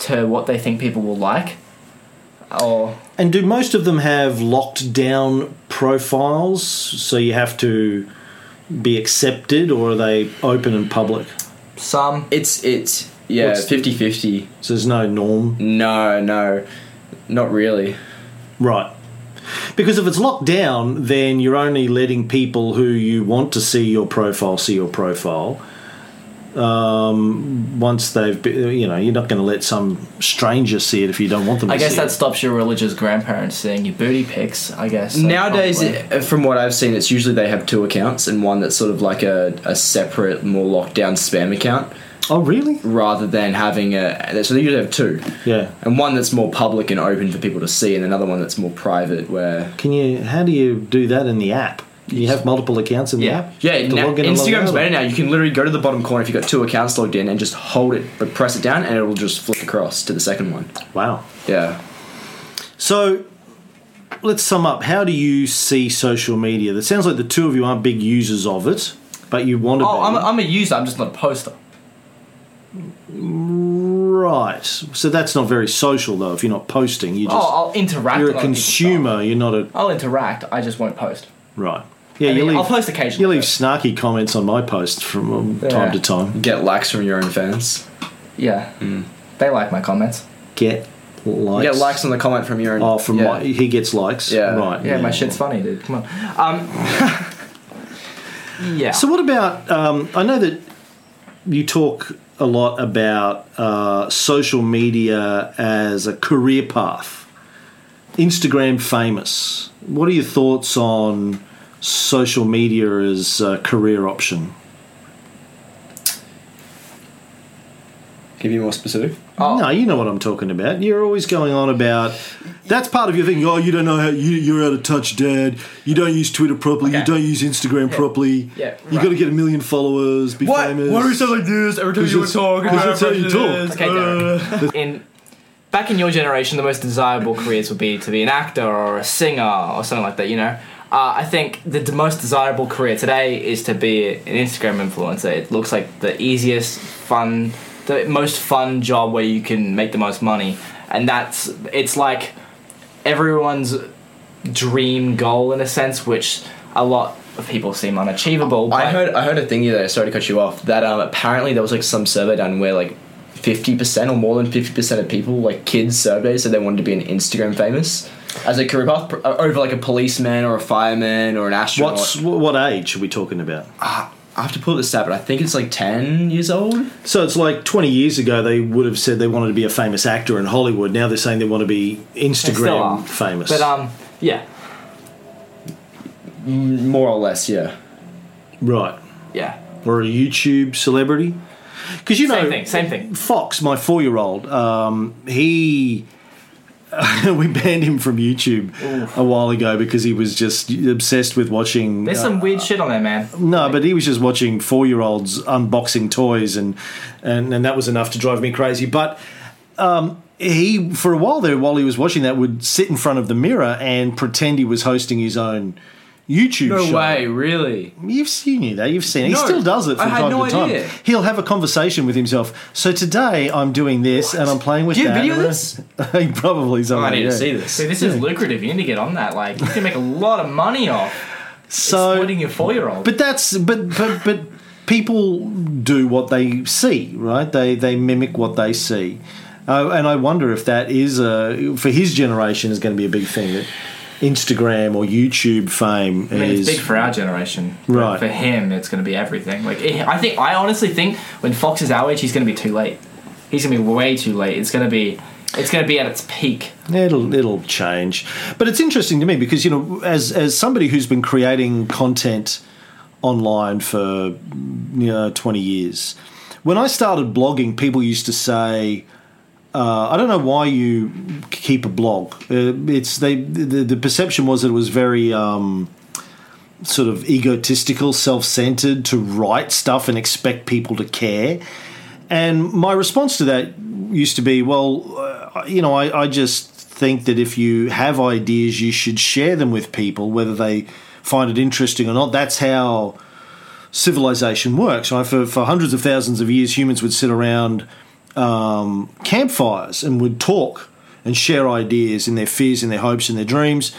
C: to what they think people will like. Or
A: and do most of them have locked down profiles so you have to be accepted or are they open and public?
C: some.
B: it's it's yeah
A: What's-
B: 50-50
A: So there's no norm.
B: no no not really
A: Right. Because if it's locked down, then you're only letting people who you want to see your profile see your profile. Um, once they've, be, you know, you're not going to let some stranger see it if you don't want them.
C: I
A: to
C: guess
A: see
C: that
A: it.
C: stops your religious grandparents seeing your booty pics. I guess so
B: Nowadays,
C: probably.
B: it, from what I've seen, it's usually they have two accounts and one that's sort of like a, a separate, more locked down spam account
A: Oh, really?
B: rather than having a. So they usually have two.
A: Yeah.
B: And one that's more public and open for people to see, and another one that's more private where
A: Can you? How do you do that in the app? Do you have multiple accounts in the
C: Yeah.
A: app?
B: Yeah,
A: To
B: now,
A: log in and log
B: Instagram's
A: out?
B: better now. You can literally go to the bottom corner if you've got two accounts logged in and just hold it, but press it down, and it'll just flick across to the second one.
A: Wow.
B: Yeah.
A: So let's sum up. How do you see social media? That sounds like the two of you aren't big users of it. but you want to
C: Oh,
A: be.
C: I'm a, I'm a user. I'm just not a poster.
A: right. So that's not very social though. If you're not posting, you just
C: oh, I'll interact.
A: you're
C: with
A: a
C: other people's
A: consumer. You're not a
C: stuff. I'll interact. I just won't post.
A: right. Yeah,
C: I
A: you
C: mean,
A: leave.
C: I'll post occasionally.
A: you leave
C: but-
A: snarky comments on my post from um, time
C: Yeah.
A: to time.
B: Get likes from your own fans.
C: Yeah,
A: Mm.
C: they like my comments.
A: Get likes.
B: Get likes on the comment from your own.
A: Oh, from
B: yeah.
A: my, he gets likes.
B: Yeah.
A: Right.
C: Yeah, my shit's funny, dude. Come on. Um, yeah.
A: So what about? Um, I know that you talk a lot about uh, social media as a career path. Instagram famous. What are your thoughts on social media as a career option?
B: Can you be more specific?
C: Oh.
A: No, you know what I'm talking about. You're always going on about. That's part of your thing. Oh, you don't know how you, you're out of touch, Dad. You don't use Twitter properly. You
C: Okay.
A: don't use Instagram properly.
C: Yeah,
A: you
C: right.
A: got to get a million followers. Be famous.
B: like this every time Uh,
A: you it's- talk, because it's how you talk.
C: Okay, Darren. in back in your generation, the most desirable careers would be to be an actor or a singer or something like that. You know, uh, I think the d- most desirable career today is to be an Instagram influencer. It looks like the easiest, fun, the most fun job where you can make the most money, and that's it's like everyone's dream goal in a sense, which a lot of people seem unachievable.
B: I
C: but-
B: heard I heard a thingy there. Sorry to cut you off. That um, apparently there was like some survey done where like fifty percent or more than fifty percent of people like kids surveyed said they wanted to be an Instagram famous as a career path pr- uh, over like a policeman or a fireman or an astronaut. Ah,
A: What's what, what age are we talking about?
B: I have to pull this out, but I think it's like ten years old.
A: So it's like 20 years ago they would have said they wanted to be a famous actor in Hollywood. Now they're saying they want to be
C: they still are.
A: Instagram famous.
C: but um, yeah,
B: More or less, yeah.
A: right.
C: yeah.
A: Or a YouTube celebrity. Because you know,
C: Same thing, same thing.
A: Fox, my four year old, um, he. we banned him from YouTube a while ago because he was just obsessed with watching. uh,
C: There's some weird shit on there, man.
A: No, but he was just watching four year olds unboxing toys, and, and and that was enough to drive me crazy. But um, he, for a while there, while he was watching that, would sit in front of the mirror and pretend he was hosting his own YouTube show.
B: really.
A: You've seen you that. You've seen it. He
B: No,
A: still does it
B: I
A: from
B: had
A: time
B: no
A: to time.
B: idea.
A: He'll have a conversation with himself. So today I'm doing this and I'm playing with
B: Do you
A: that.
B: video
A: and I-"
B: this?
A: he probably
B: Oh,
A: somewhere,
B: I need
A: yeah.
B: to see
C: See,
B: this.
C: this is lucrative. You need to get on that. Like, you can make a lot of money off
A: So
C: exploiting your four-year-old.
A: But that's but but but people do what they see, right? They they mimic what they see, uh, and I wonder if that is a for his generation is going to be a big thing that Instagram or YouTube fame
C: I mean,
A: is
C: it's big for our generation. but
A: Right.
C: For him, it's going to be everything. Like, it, I think, I honestly think when Fox is our age, he's going to be too late. He's going to be way too late. It's going to be, it's going to be at its peak.
A: It'll it'll change, but it's interesting to me because you know, as as somebody who's been creating content online for you know twenty years, when I started blogging, people used to say, uh, "I don't know why you keep a blog." Uh, it's they the, the perception was that it was very. Um, Sort of egotistical, self centered to write stuff and expect people to care. And my response to that used to be, well, uh, you know, I, I just think that if you have ideas, you should share them with people, whether they find it interesting or not. That's how civilization works. Right? For, for hundreds of thousands of years, humans would sit around um, campfires and would talk and share ideas and their fears and their hopes and their dreams.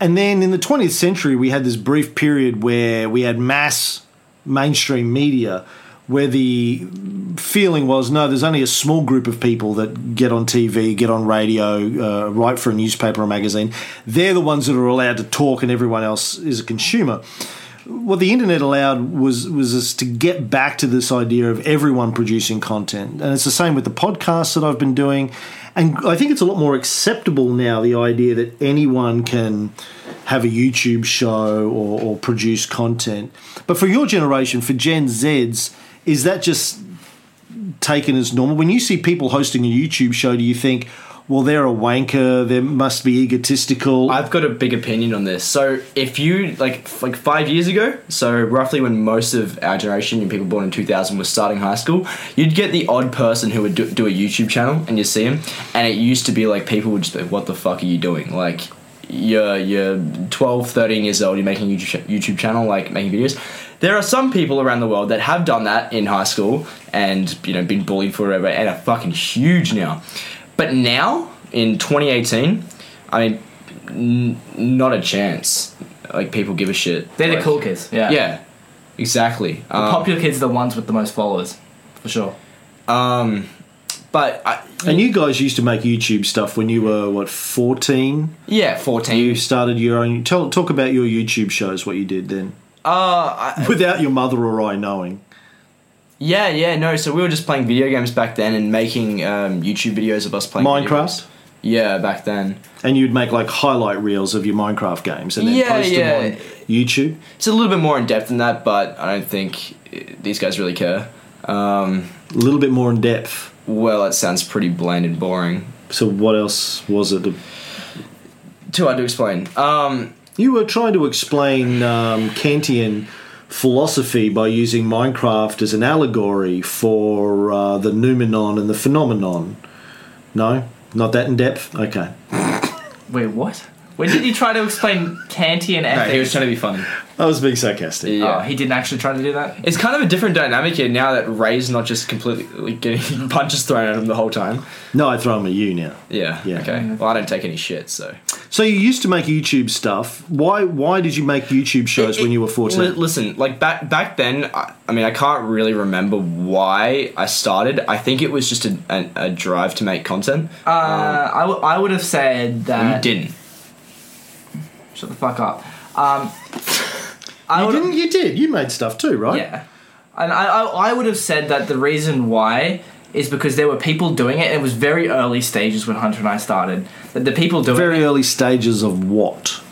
A: And then in the 20th century, we had this brief period where we had mass mainstream media where the feeling was no, there's only a small group of people that get on TV, get on radio, uh, write for a newspaper or magazine. They're the ones that are allowed to talk, and everyone else is a consumer. What the internet allowed was was us to get back to this idea of everyone producing content, and it's the same with the podcasts that I've been doing. And I think it's a lot more acceptable now the idea that anyone can have a YouTube show or, or produce content. But for your generation, for Gen Zs, is that just taken as normal. When you see people hosting a YouTube show, do you think, well, they're a wanker, they must be egotistical?
B: I've got a big opinion on this. So if you like f- like five years ago, so roughly when most of our generation, you people born in two thousand, was starting high school, you'd get the odd person who would do, do a YouTube channel, and you see him, and it used to be like people would just be, "What the fuck are you doing?" Like you're you're 12 13 years old you're making a youtube, ch- YouTube channel like making videos There are some people around the world that have done that in high school and you know been bullied forever and are fucking huge now. But now in 2018, I mean, n- not a chance. Like people give a shit.
C: They're the
B: Like,
C: cool kids. Yeah.
B: Yeah, exactly.
C: The
B: Um,
C: popular kids are the ones with the most followers, for sure.
B: um, but I,
A: And you guys used to make YouTube stuff when you were what fourteen.
B: yeah, 14.
A: You started your own. Tell, talk about your YouTube shows. What you did then,
B: Uh, I,
A: without your mother or I knowing.
B: yeah, yeah, no. So we were just playing video games back then and making um, YouTube videos of us playing video
A: Minecraft,
B: games. Yeah, back then.
A: and you'd make like highlight reels of your Minecraft games, and then
B: Yeah,
A: post
B: yeah.
A: them on YouTube.
B: It's a little bit more in depth than that, but I don't think uh, these guys really care. Um,
A: A little bit more in depth.
B: well, it sounds pretty bland and boring.
A: So what else was it?
B: Too hard to explain. Um,
A: You were trying to explain um, Kantian philosophy by using Minecraft as an allegory for uh, the noumenon and the phenomenon. No, not that in depth. Okay.
C: Wait, what? When did he try to explain Kantian
B: no,
C: ethics?
B: he was trying to be funny.
A: I was being sarcastic.
C: Oh,
B: Yeah.
C: he didn't actually try to do that.
B: It's kind of a different dynamic here now that Ray's not just completely getting punches thrown at him the whole time.
A: No, I throw them at you now.
B: Yeah.
A: Yeah.
B: Okay. Well, I don't take any shit, so.
A: So you used to make YouTube stuff. Why? Why did you make YouTube shows
B: It-
A: when you were
B: it-
A: fourteen?
B: li- listen, like back back then, I, I mean, I can't really remember why I started. I think it was just a, a, a drive to make content.
C: Uh, I, w- I would have said
B: Well, you
C: that.
B: didn't.
C: Shut the fuck up. Um, I
A: you
C: would-
A: didn't. You did. You made stuff too, right?
C: Yeah. And I, I, I would have said that the reason why is because there were people doing it, and it was very early stages when Hunter and I started. That the people doing
A: Very
C: it,
A: early stages of what?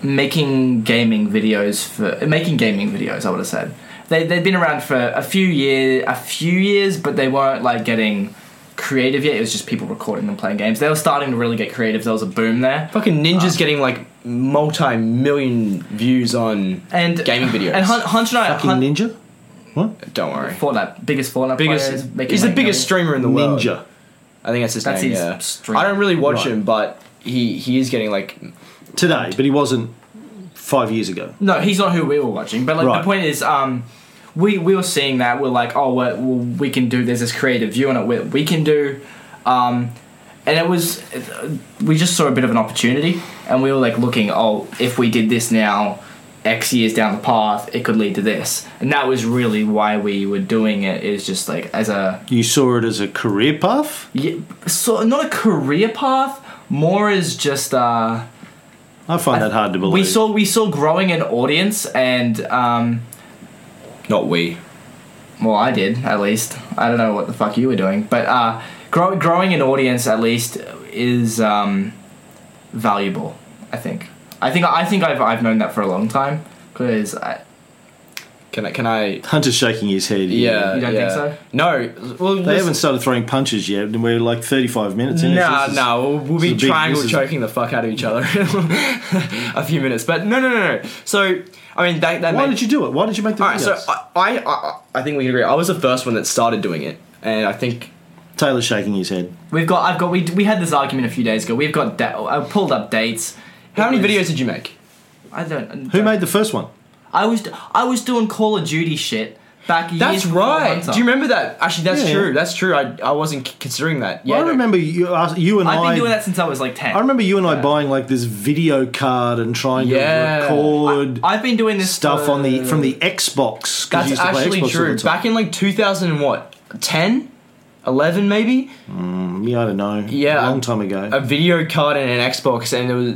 C: making gaming videos for making gaming videos, I would have said they they'd been around for a few year a few years, but they weren't like getting creative yet. It was just people recording and playing games. They were starting to really get creative. There was a boom there.
B: Fucking
C: uh,
B: ninjas getting like multi-million views on
C: And
B: gaming videos.
C: And Hun- Hunter and I,
A: Fucking
C: Hun-
A: ninja. What?
B: don't worry.
C: Fortnite biggest Fortnite players,
B: Biggest.
C: making
B: He's the
C: like
B: biggest
C: millions.
B: streamer in the world.
A: Ninja.
B: I think that's his
C: That's
B: name.
C: his
B: yeah.
C: stream.
B: I don't really watch
A: Right.
B: him, but he he is getting like
A: Today, but he wasn't five years ago.
C: No, he's not who we were watching. But like
A: Right.
C: the point is, um, we we were seeing that we're like, oh, we're, well, we can do. There's this creative view on it. We, we can do, um, and it was we just saw a bit of an opportunity, and we were like looking, oh, if we did this now, X years down the path, it could lead to this, and that was really why we were doing it. Is just like as a
A: You saw it as a career path.
C: yeah, so not a career path, more is just uh.
A: I find that hard to believe.
C: We saw we saw growing an audience and um,
B: not we.
C: well i did at least i don't know what the fuck you were doing but uh, grow, growing an audience at least is um, valuable i think i think i think i've, I've known that for a long time because
B: Can I? Can I?
A: Hunter's shaking his head. here.
B: Yeah.
C: You don't think
B: yeah.
C: so?
B: No. Well,
A: They haven't started throwing punches yet, and we're like 35 minutes in.
B: Nah,
A: This is-
B: nah, we'll, we'll be
A: this is a big-
B: triangle
A: this is-
B: choking the fuck out of each other a few minutes. But no, no, no, no. So, I mean, that, that
A: Why
B: made-
A: did you do it? Why did you make the
B: All right,
A: videos?
B: so uh, I, I, I, I think we can agree. I was the first one that started doing it, and I think
A: Taylor's shaking his head.
C: we've got i've got we, we had this argument a few days ago we've got da- i pulled up dates
B: how many
C: It was-
B: videos did you make?
C: i don't
A: Who made the first one?
C: i was i was doing call of duty shit back years
B: That's
C: before
B: right.
C: Hunter.
B: Do you remember that? Actually, that's
A: Yeah.
B: true. That's true. I, I wasn't c- considering that. Yeah,
A: I
B: no.
A: remember you, uh, you and
C: i've
A: I.
C: been doing that since i was like 10
A: I remember you and I buying like this video card and trying
B: Yeah.
A: to record
C: i've been doing this
A: stuff
C: for-
A: on the from the Xbox. 'cause you
B: uh, That's
A: used to play
B: actually
A: Xbox all
B: true.
A: the time.
B: Back in like 2000 and what 10, 11 maybe.
A: yeah, I don't know.
B: Yeah,
A: a long
B: I-
A: time ago.
B: a video card and an Xbox, and it was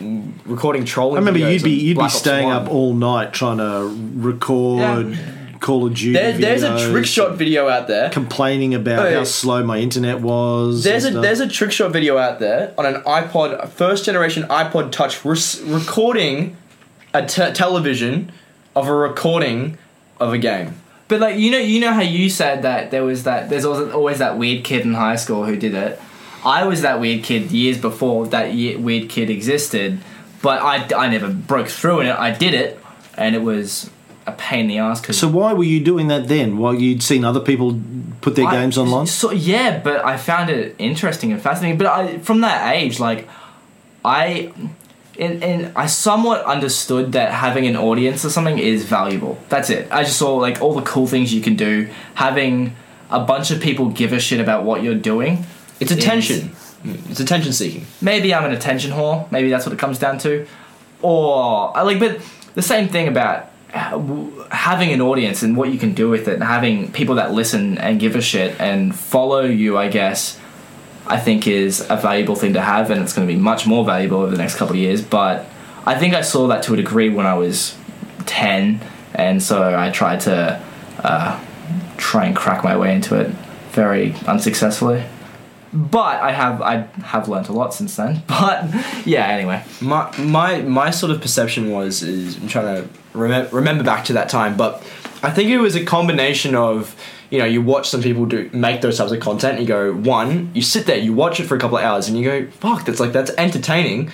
B: mm, recording trolling.
A: I remember you'd be you'd be staying up all night trying to record Call of Duty.
B: There, there's a
A: videos.
B: trick shot video out there.
A: complaining about
B: Hey.
A: how slow my internet was.
B: There's a
A: and
B: there's
A: stuff.
B: a trick shot video out there on an iPod, a first generation iPod Touch, res- recording a te- television of a recording of a game.
C: But like you know, you know how you said that there was that there's always always that weird kid in high school who did it. I was that weird kid years before that ye- weird kid existed, but I, I never broke through in it. I did it, and it was a pain in the ass because
A: So why were you doing that then? While you'd seen other people put their games online?
C: So yeah, but I found it interesting and fascinating. But I from that age, like I and, and I somewhat understood that having an audience or something is valuable. That's it. I just saw like all the cool things you can do. Having a bunch of people give a shit about what you're doing.
B: It's attention. It's attention seeking.
C: Maybe I'm an attention whore. Maybe that's what it comes down to. Or I like, but the same thing about uh, w- having an audience and what you can do with it, and having people that listen and give a shit and follow you. I guess I think is a valuable thing to have, and it's going to be much more valuable over the next couple of years. But I think I saw that to a degree when I was ten, and so I tried to uh, try and crack my way into it very unsuccessfully. But I have I have learnt a lot since then. But yeah, anyway,
B: My my my sort of perception was is I'm trying to remem- remember back to that time, but I think it was a combination of you know you watch some people do make those types of content. And you go one, you sit there, you watch it for a couple of hours, and you go fuck, that's like that's entertaining.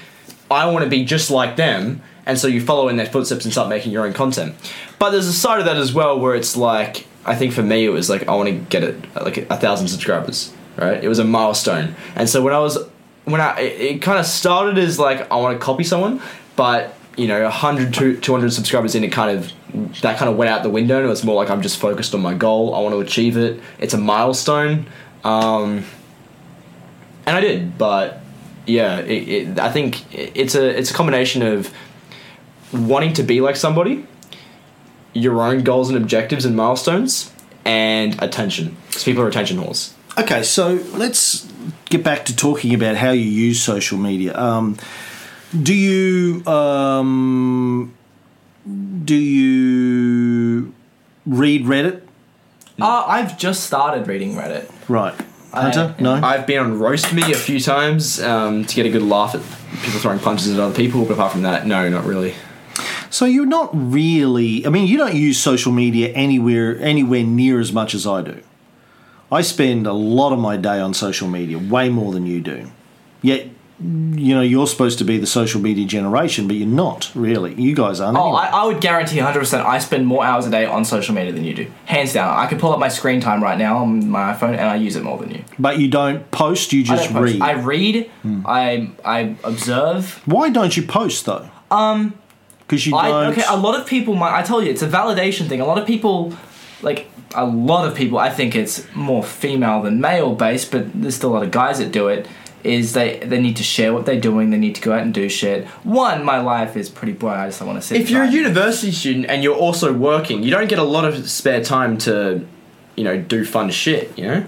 B: I want to be just like them, and so you follow in their footsteps and start making your own content. But there's a side of that as well where it's like I think for me it was like I want to get it like a thousand subscribers, right? It was a milestone, and so when I was when I it, it kind of started as like I want to copy someone, but you know 100 to 200 subscribers in it kind of that kind of went out the window and it was more like I'm just focused on my goal. I want to achieve it. It's a milestone. Um, and I did, but yeah, it, it, I think it- it's a it's a combination of wanting to be like somebody, your own goals and objectives and milestones, and attention. Because people are attention whores.
A: Okay, so let's get back to talking about how you use social media. Um, do you um, do you read Reddit? Mm.
C: uh, I've just started reading Reddit.
A: Right, Hunter? no.
B: I've been on roast me a few times um, to get a good laugh at people throwing punches at other people. But apart from that, no, not really.
A: so you're not really. I mean, you don't use social media anywhere anywhere near as much as I do. I spend a lot of my day on social media, way more than you do. Yet, you know, you're supposed to be the social media generation, but you're not really. You guys aren't.
C: Oh,
A: anyway.
C: I, I would guarantee 100% I spend more hours a day on social media than you do. Hands down. I could pull up my screen time right now on my iPhone and I use it more than you.
A: but you don't post. You
C: I
A: just
C: don't post.
A: read. Mm.
C: I read, I, I observe.
A: Why don't you post though? Um, because you
C: I,
A: don't.
C: okay, a lot of people might. I tell you, it's a validation thing. A lot of people, like, a lot of people, I think it's more female than male based, but there's still a lot of guys that do it. Is they they need to share what they're doing. They need to go out and do shit. One, my life is pretty boring. I just don't want to sit.
B: If you're a
C: inside.
B: university student and you're also working, you don't get a lot of spare time to, you know, do fun shit. You know.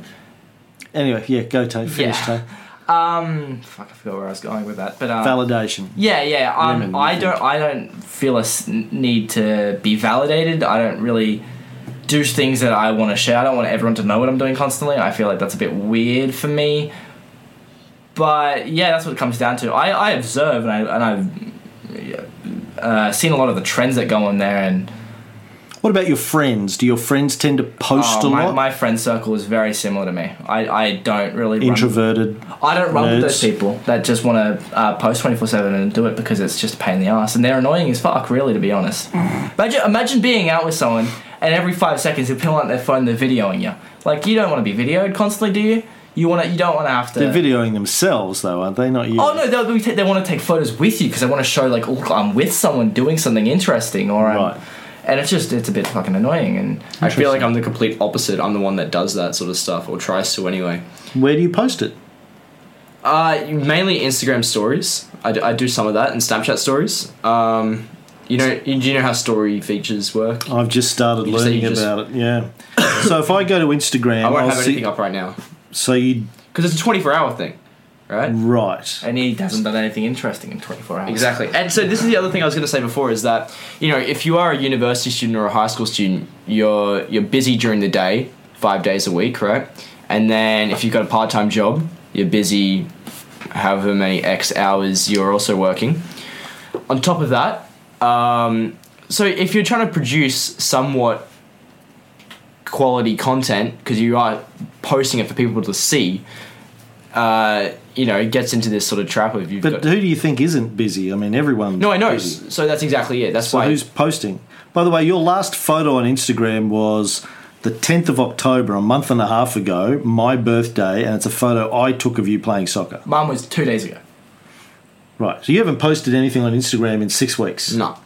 A: anyway, yeah, go Tay. Finish
C: Yeah.
A: Tay.
C: um, fuck, I forgot where I was going with that. But um,
A: Validation.
C: Yeah, yeah. Um,
A: Women, you
C: I
A: think.
C: don't. I don't feel a s- need to be validated. I don't really do things that I want to share. I don't want everyone to know what I'm doing constantly. I feel like that's a bit weird for me. But yeah, that's what it comes down to. I, I observe and I and I've uh, seen a lot of the trends that go on there and.
A: What about your friends? Do your friends tend to post
C: Oh,
A: a
C: my,
A: lot?
C: my friend circle is very similar to me. I, I don't really run-
A: Introverted.
C: I don't run with
A: Nerds.
C: those people that just want to uh, post twenty four seven and do it because it's just a pain in the ass, and they're annoying as fuck, really, to be honest. Imagine, imagine being out with someone and every five seconds they're pulling out their phone, they're videoing you. Like you don't want to be videoed constantly, do you? You want to, you don't want to have to.
A: They're videoing themselves though, aren't they? Not you.
C: Oh no, they'll be ta- they want to take photos with you because they want to show like, look, I'm with someone doing something interesting, or I'm,
A: Right.
C: and it's just it's a bit fucking annoying. And
B: I feel like I'm the complete opposite. I'm the one that does that sort of stuff or tries to anyway.
A: Where do you post it?
B: Uh, mainly Instagram stories. I do, I do some of that and Snapchat stories. Um, you know, you, do you know how story features work?
A: I've just started
B: You say
A: learning
B: you just-
A: about it. Yeah. so if I go to Instagram,
B: I won't
A: will
B: have
A: see.
B: anything up right now
A: So you
B: because it's a 24 hour thing, right?
A: right.
C: and he hasn't done anything interesting in twenty four hours.
B: Exactly. And so this is the other thing I was going to say before is that you know if you are a university student or a high school student, you're you're busy during the day, five days a week, right? And then if you've got a part time job, you're busy, however many X hours you're also working. On top of that, um, so if you're trying to produce somewhat quality content because you are posting it for people to see. Uh, you know, it gets into this sort of trap of you've got,
A: But who do you think isn't busy? I mean, everyone.
B: no, I know.
A: Busy.
B: So that's exactly it. That's
A: So
B: why.
A: who's posting? By the way, your last photo on Instagram was the 10th of October, a month and a half ago, my birthday, and it's a photo I took of you playing soccer.
C: Mine was two days ago.
A: Right. So you haven't posted anything on Instagram in six weeks.
B: No.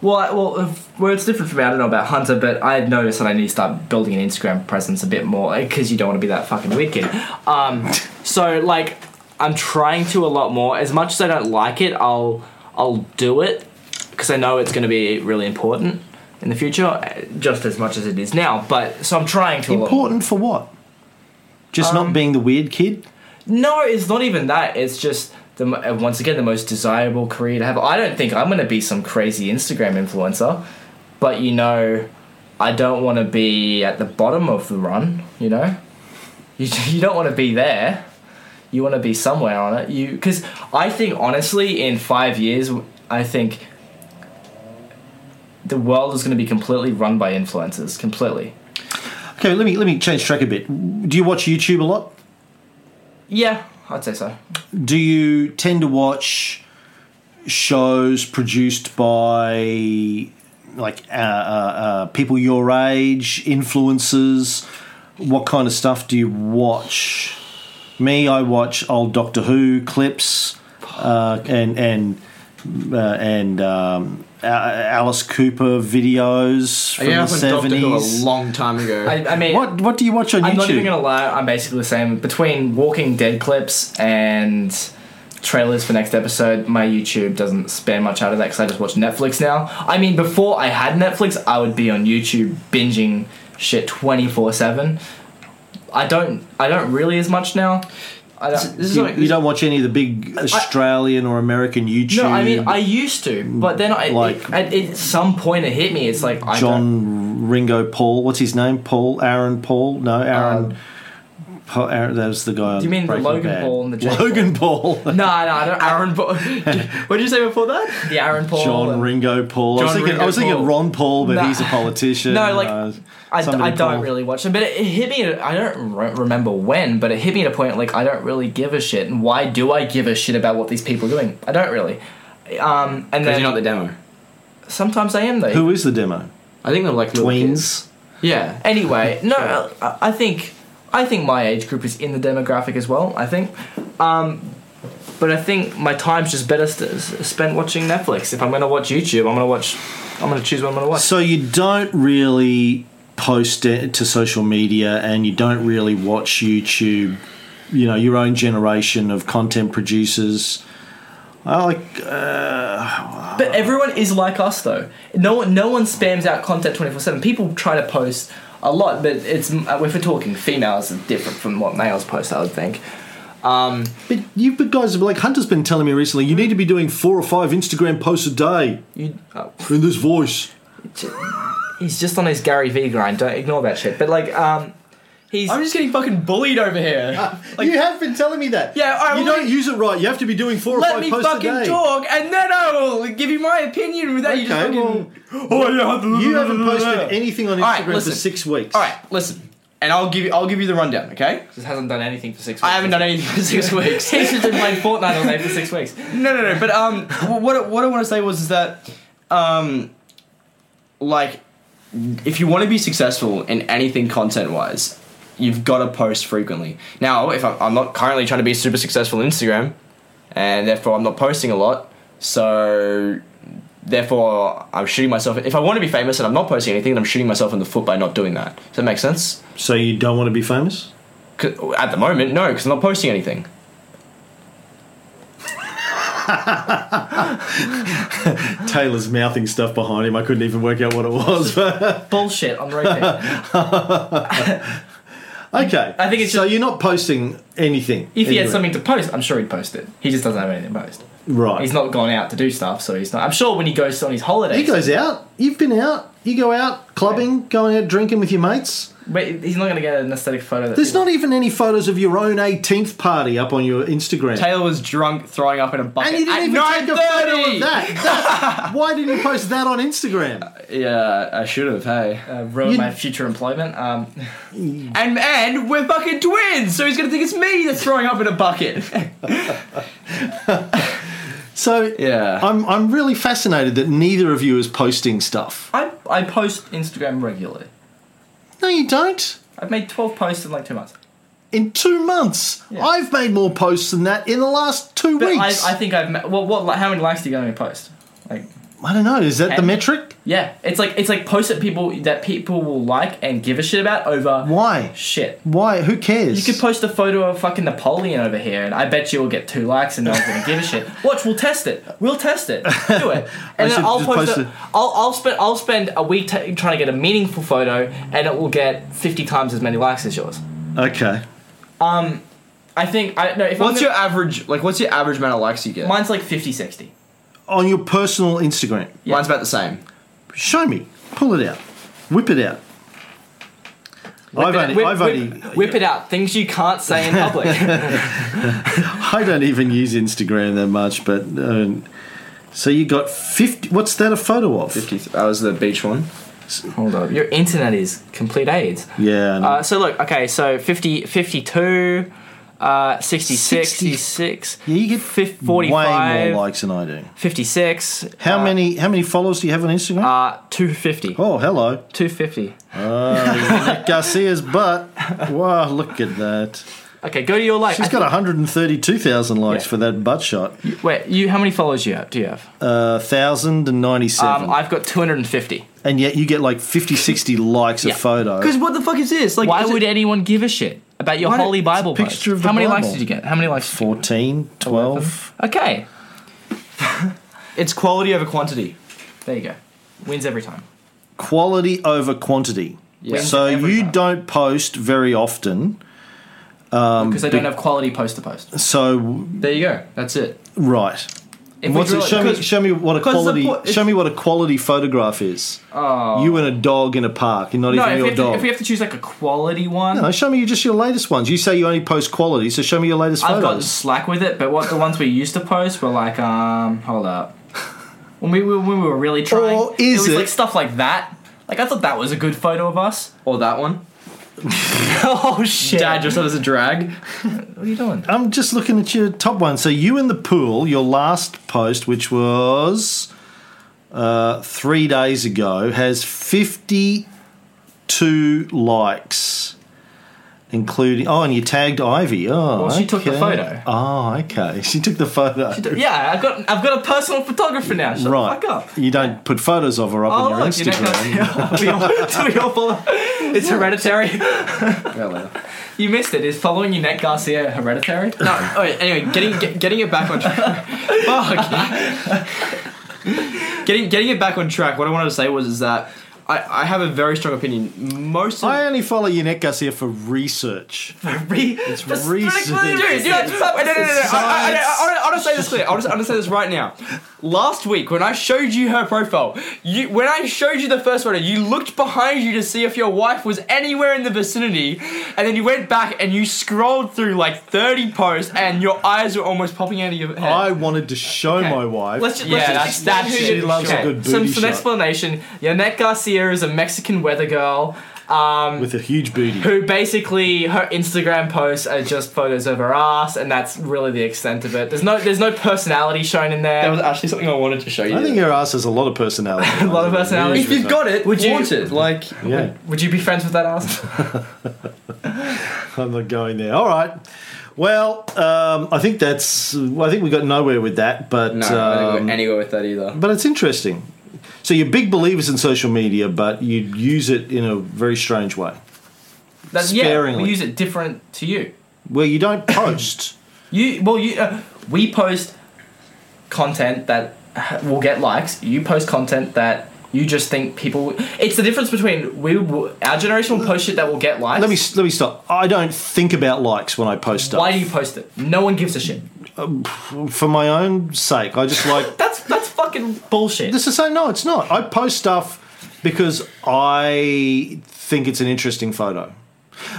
C: Well, I, well, if- where it's different for me, I don't know about Hunter, but I had noticed that I need to start building an Instagram presence a bit more because you don't want to be that fucking weird kid. Um, so like, I'm trying to a lot more. As much as I don't like it, I'll I'll do it because I know it's going to be really important in the future, uh, just as much as it is now. But so I'm trying to a lot more.
A: Important for what? Just not being the weird kid.
C: No, it's not even that. It's just the mo- uh, once again the most desirable career to have. I don't think I'm going to be some crazy Instagram influencer, but you know, I don't want to be at the bottom of the run. You know, you you don't want to be there. You want to be somewhere on it. You because I think honestly, in five years, I think the world is going to be completely run by influencers. Completely.
A: Okay, let me let me change track a bit. Do you watch YouTube a lot?
C: Yeah, I'd say so.
A: Do you tend to watch shows produced by like uh, uh, uh, people your age, influencers? What kind of stuff do you watch? Me, I watch old Doctor Who clips uh, and and uh, and um, A- Alice Cooper videos from
B: yeah,
A: the
B: I went Doctor Who a
A: seventies.
B: long time ago.
C: I, I mean,
A: What what do you watch on
C: I'm
A: YouTube?
C: not even gonna lie. I'm basically the same between Walking Dead clips and trailers for next episode. My YouTube doesn't span much out of that because I just watch Netflix now. I mean, before I had Netflix, I would be on YouTube binging shit 24 seven. I don't. I don't really as much now. I don't,
B: this is
A: you,
B: like-
A: you don't watch any of the big Australian or American YouTube.
C: no, I mean I used to, but then I,
A: Like-
C: it, at, at some point it hit me. It's like I don't-
A: John Ringo Paul. What's his name? Paul Aaron Paul? No, Aaron. Paul, Aaron that was the guy. on
C: Um, you mean the
A: Breaking
C: Logan
A: Bad.
C: Paul and the Jake
A: Logan Paul?
C: No, no, I don't. Aaron Paul. what did you say before that? The Aaron Paul.
A: John
C: and-
A: Ringo Paul. I was
C: John
A: thinking, I
C: Ringo
A: was thinking
C: Paul.
A: Ron Paul, but
C: Nah.
A: he's a politician.
C: No, like,
A: uh,
C: I, I
A: somebody
C: don't
A: Paul.
C: really watch them, but it, it hit me. At, I don't re- remember when, but it hit me at a point like I don't really give a shit, and why do I give a shit about what these people are doing? I don't really. Um, and
B: Because
C: then
B: you're not the demo.
C: sometimes I am though.
A: Who is the demo?
B: I think they're like little kids.
A: Tweens.
B: Yeah.
C: anyway, no, I, I think I think my age group is in the demographic as well. I think, um, but I think my time's just better st- s- spent watching Netflix. If I'm gonna watch YouTube, I'm gonna watch. I'm gonna choose what I'm gonna watch.
A: So you don't really post it to social media, and you don't really watch YouTube. You know your own generation of content producers. I like. Uh,
C: But everyone is like us, though. No one, no one spams out content twenty four seven. People try to post a lot, but it's uh, if we're talking females, it's different from what males post. I would think. Um,
A: but you guys, like Hunter's been telling me recently, you need to be doing four or five Instagram posts a day
C: you, oh,
A: in this voice.
C: he's just on his Gary Vee grind. Don't ignore that shit. But like, um, he's.
B: I'm just getting fucking bullied over here.
A: Uh, you have been telling me that.
C: Yeah, all right,
A: you
C: well,
A: don't
C: let-
A: use it right. You have to be doing four or
C: let
A: five
C: me
A: posts a
C: fucking
A: day.
C: talk, and then I will give you my opinion. Without you just
A: Okay,
C: fucking. oh yeah,
A: You haven't posted anything on Instagram
B: All right,
A: for
B: listen.
A: six weeks.
B: All right, listen, and I'll give you I'll give you the rundown. Okay.
C: Just hasn't done anything for six. weeks.
B: I haven't done anything for six weeks.
C: He's just been playing Fortnite all day for six weeks.
B: No, no, no. But um, wh- what I- what I want to say was is that um, like if you want to be successful in anything content wise, you've got to post frequently. Now, if I'm, I'm not currently trying to be super successful on Instagram, and therefore I'm not posting a lot, so therefore I'm shooting myself. If I want to be famous and I'm not posting anything, then I'm shooting myself in the foot by not doing that. Does that make sense?
A: So you don't want to be famous?
B: 'Cause- At the moment, no, because I'm not posting anything.
A: Taylor's mouthing stuff behind him. I couldn't even work out what it was. But
C: Bullshit on rotate.
A: okay.
C: I think it's
A: so
C: just-
A: you're not posting anything.
C: If he had
A: anyway.
C: something to post, I'm sure he'd post it. He just doesn't have anything to post.
A: right?
C: He's not gone out to do stuff, so he's not. I'm sure when he goes on his holidays,
A: He goes out. You've been out. You go out clubbing, going out drinking with your mates.
C: but he's not going to get an aesthetic photo. That
A: There's not even any photos of your own 18th party up on your Instagram.
B: Taylor was drunk, throwing up in a bucket.
A: and you didn't
B: at
A: even take a photo
B: 9:30.
A: of that. That's- why didn't you post that on Instagram?
B: Yeah, I should have. Hey,
C: uh, ruin
A: You-
C: my future employment. Um,
B: and and we're fucking twins, so he's gonna think it's me that's throwing up in a bucket.
A: So
B: yeah,
A: I'm I'm really fascinated that neither of you is posting stuff.
C: I I post Instagram regularly.
A: No, you don't.
C: I've made 12 posts in like two months.
A: in two months.
C: Yeah.
A: I've made more posts than that in the last two
C: But
A: weeks.
C: I, I
A: I,
C: think I've met, well, what like, how many likes do you get on your post? Like
A: don't know. Is that the
C: Ten?
A: metric?
C: yeah, it's like it's like posts that people that people will like and give a shit about over
A: Why?
C: shit.
A: Why? Who cares?
C: You could post a photo of fucking Napoleon over here, and I bet you will get two likes, and no one's gonna give a shit. Watch, we'll test it. We'll test it. Do it, and
A: should
C: then I'll
A: just
C: post.
A: post
C: it.
A: it.
C: I'll I'll spend I'll spend a week ta trying to get a meaningful photo, and it will get fifty times as many likes as yours.
A: okay.
C: I think I no. If
B: What's
C: I'm
B: your
C: gonna-
B: average? Like, what's your average amount of likes you get?
C: mine's like 50, 60.
A: On your personal Instagram,
C: yeah.
B: Mine's about the same.
A: show me. Pull it out. Whip it out. I've
C: Whip-
A: only,
C: whip,
A: I've
C: whip-
A: only,
C: whip it out. Things you can't say in public.
A: I don't even use Instagram that much, but um, so you got fifty. What's that a photo of?
B: Fifty. That was the beach one.
C: Hold on. Your internet is complete AIDS.
A: Yeah, I know.
C: Uh, so look, okay, so 50, 52, uh, 66,
A: 60.
C: 66,
A: yeah, you get
C: fif-
A: way
C: 45,
A: more likes than I do.
C: 56.
A: How
C: uh,
A: many? How many followers do you have on Instagram?
C: Uh, 250.
A: oh, hello,
C: 250.
A: Nick Garcia's butt. Wow, look at that.
C: Okay, go to your like.
A: She's got 132,000 likes
C: Yeah.
A: for that butt shot.
C: Wait, you how many followers you have? Do you have?
A: Uh, 1,097.
C: Um, I've got 250.
A: and yet you get like 50, 60 likes
C: Yeah.
A: a photo.
B: Because what the fuck is this? Like,
C: Why
B: is
C: would anyone give a shit about your
B: Why don't-
C: holy Bible
A: it's a
C: post?
A: picture of the
C: how many likes
A: Bible.
C: did you get? How many likes?
A: 14, 12.
C: Okay,
B: it, it's quality over quantity.
C: there you go. Wins every time.
A: Quality over quantity.
B: Yeah.
A: So
C: Every
A: you
C: time.
A: don't post very often. Um,
C: Because I don't have quality post to post.
A: So,
B: There you go. That's it.
A: right.
C: If we
A: What's
C: drill
A: it? Show me,
B: because-
A: show me what a
B: because the
A: quality.
B: po- it's-
A: show me what a quality photograph is.
C: Oh.
A: You and a dog in a park. You're not
C: no,
A: even
C: if we,
A: your
C: have to,
A: dog.
C: if we have to choose like a quality one,
A: No, show me just your latest ones. You say you only post quality, so show me your latest
C: I've gotten
A: photos.
C: slack with it, but what the ones we used to post were like, um, hold up. When we, when we were really trying,
A: Or is
C: was
A: it-
C: like stuff like that. Like I thought that was a good photo of us.
B: Or that one.
C: oh shit!
B: Dad just thought it was a drag.
C: what are you doing?
A: I'm just looking at your top one. So you in the pool, your last post, which was uh, three days ago, has 52 likes, including. Oh, and you tagged Ivy. Oh,
C: Well, she took the
A: okay.
C: photo.
A: Oh, okay. She took the photo.
C: Yeah, I've got I've got a personal photographer now. Shut
A: Right.
C: the fuck up.
A: You don't put photos of her up
C: Oh
A: on your
C: look, you know,
A: Instagram.
C: we all, we all follow. It's hereditary. You missed it. Is following your Net Garcia hereditary?
B: No. Oh, anyway, getting get, getting it back on track. Fuck. getting getting it back on track. What I wanted to say was is that I, I have a very strong opinion. Most of
A: I only follow Yannette Garcia for research.
C: it's
A: reason.
B: Dude, you know, wait, no, no, no, no. I, I, I, I want to say this clear. I want to say this right now. Last week, when I showed you her profile, you when I showed you the first photo, you looked behind you to see if your wife was anywhere in the vicinity, and then you went back and you scrolled through like thirty posts, and your eyes were almost popping out of your head.
A: I wanted to show my wife.
C: Let's just,
B: Yeah,
C: let's
B: that's- that's
C: just explain who
B: it.
C: you-
B: She loves a
A: good
C: some,
A: booty
C: some
A: shot.
C: explanation. Yannette Garcia is a Mexican weather girl. Um,
A: with a huge booty.
C: who basically her Instagram posts are just photos of her ass, and that's really the extent of it. There's no there's no personality shown in there.
B: actually something I wanted to show you.
A: I think your ass has a lot of personality. a
C: lot of personality.
B: if you've got it,
C: Would you-
B: flaunt it. Like
A: Yeah,
C: Would you be friends with that ass?
A: I'm not going there. All right. Well, um, I think that's. I think we got nowhere with that, but um,
B: anywhere with that either.
A: but it's interesting. So you're big believers in social media, but you use it in a very strange way.
C: That's yeah.
A: Sparingly.
C: We use it different to you.
A: Where you don't post.
C: You well you uh, we post content that will get likes. You post content that you just think people. It's the difference between we will- our generation will post shit that will get likes.
A: let me let me stop. I don't think about likes when I post stuff.
C: Why do you post it? No one gives a shit.
A: For my own sake, I just like
C: That's that's fucking bullshit.
A: It's the same. No, it's not. I post stuff because I think it's an interesting photo.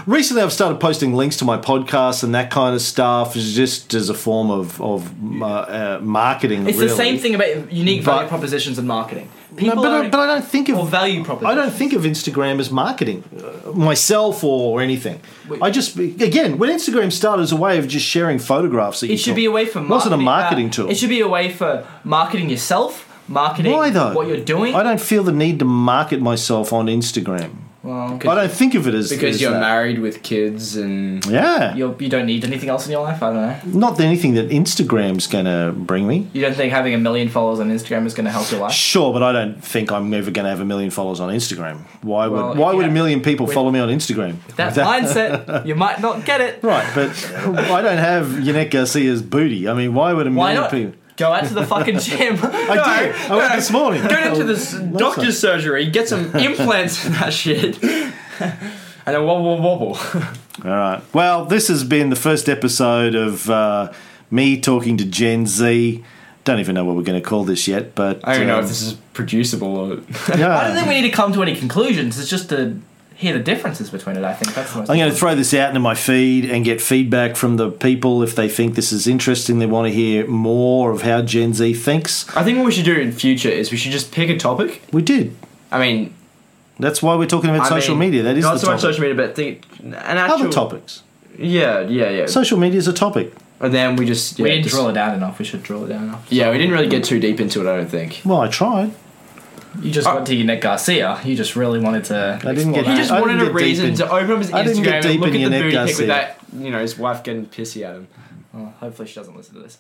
A: Recently, I've started posting links to my podcast and that kind of stuff, is just as a form of of uh, uh, marketing.
C: it's
A: really.
C: the same thing about unique
A: But-
C: value propositions and marketing.
A: No,
C: People
A: but, I,
C: don't-
A: but I don't think
C: or
A: of
C: value
A: I
C: propositions.
A: don't think of Instagram as marketing uh, myself or anything.
C: Wait.
A: I just again when Instagram started as a way of just sharing photographs. That you
C: It should
A: took.
C: be a way for marketing.
A: wasn't a marketing
C: uh,
A: tool.
C: It should be a way for marketing yourself, marketing
A: Why though?
C: what you're doing.
A: I don't feel the need to market myself on Instagram.
C: Well,
A: I don't think of it as
B: because
A: as
B: you're
A: that.
B: married with kids and
A: Yeah,
C: you're, you don't need anything else in your life. I don't know.
A: not anything that Instagram's going to bring me.
C: You don't think having a million followers on Instagram is going to help your life?
A: Sure, but I don't think I'm ever going to have a million followers on Instagram. Why would
C: Well,
A: Why would
C: yeah.
A: a million people
C: With-
A: follow me on Instagram?
C: That mindset, you might not get it.
A: Right, but I don't have Yannick Garcia's booty. I mean, why would a
C: Why
A: million
C: not?
A: people?
C: Go out to the fucking gym.
A: I did. I went this morning.
B: go into this doctor's surgery, get some implants and that shit, and then wobble wobble.
A: All right. Well, this has been the first episode of uh, me talking to Gen Z. Don't even know what we're going to call this yet, but
B: I don't know
A: um,
B: if this is producible or.
A: yeah.
C: I don't think we need to come to any conclusions. It's just to hear the differences between it. I think that's the most.
A: I'm going to throw this out into my feed and get feedback from the people if they think this is interesting. They want to hear more of how Gen Z thinks.
B: I think what we should do in future is we should just pick a topic.
A: We did.
B: I mean,
A: That's why we're talking about
B: I
A: social
B: mean,
A: media. That is
B: not
A: the
B: so
A: topic.
B: much social media, but think an actual
A: Other topics.
B: Yeah, yeah, yeah.
A: Social media is a topic.
B: and then we just yeah,
C: we didn't
B: just-
C: drill it down enough. We should drill it down enough.
B: yeah, we didn't really get too deep into it. I don't think.
A: Well, I tried.
C: You just got to Nick Garcia. You just really wanted to.
A: Uh, I didn't
C: explore
A: get-
B: He
C: that.
B: just
A: I didn't
B: wanted a
A: get deep
B: reason
A: in-
B: to open up his
A: I didn't get
B: Instagram
A: deep
B: and look
A: in
B: at the
A: Yannick
B: booty pic
A: Garcia.
B: with that, you know, his wife getting pissy at him.
C: Oh, hopefully, she doesn't listen to this.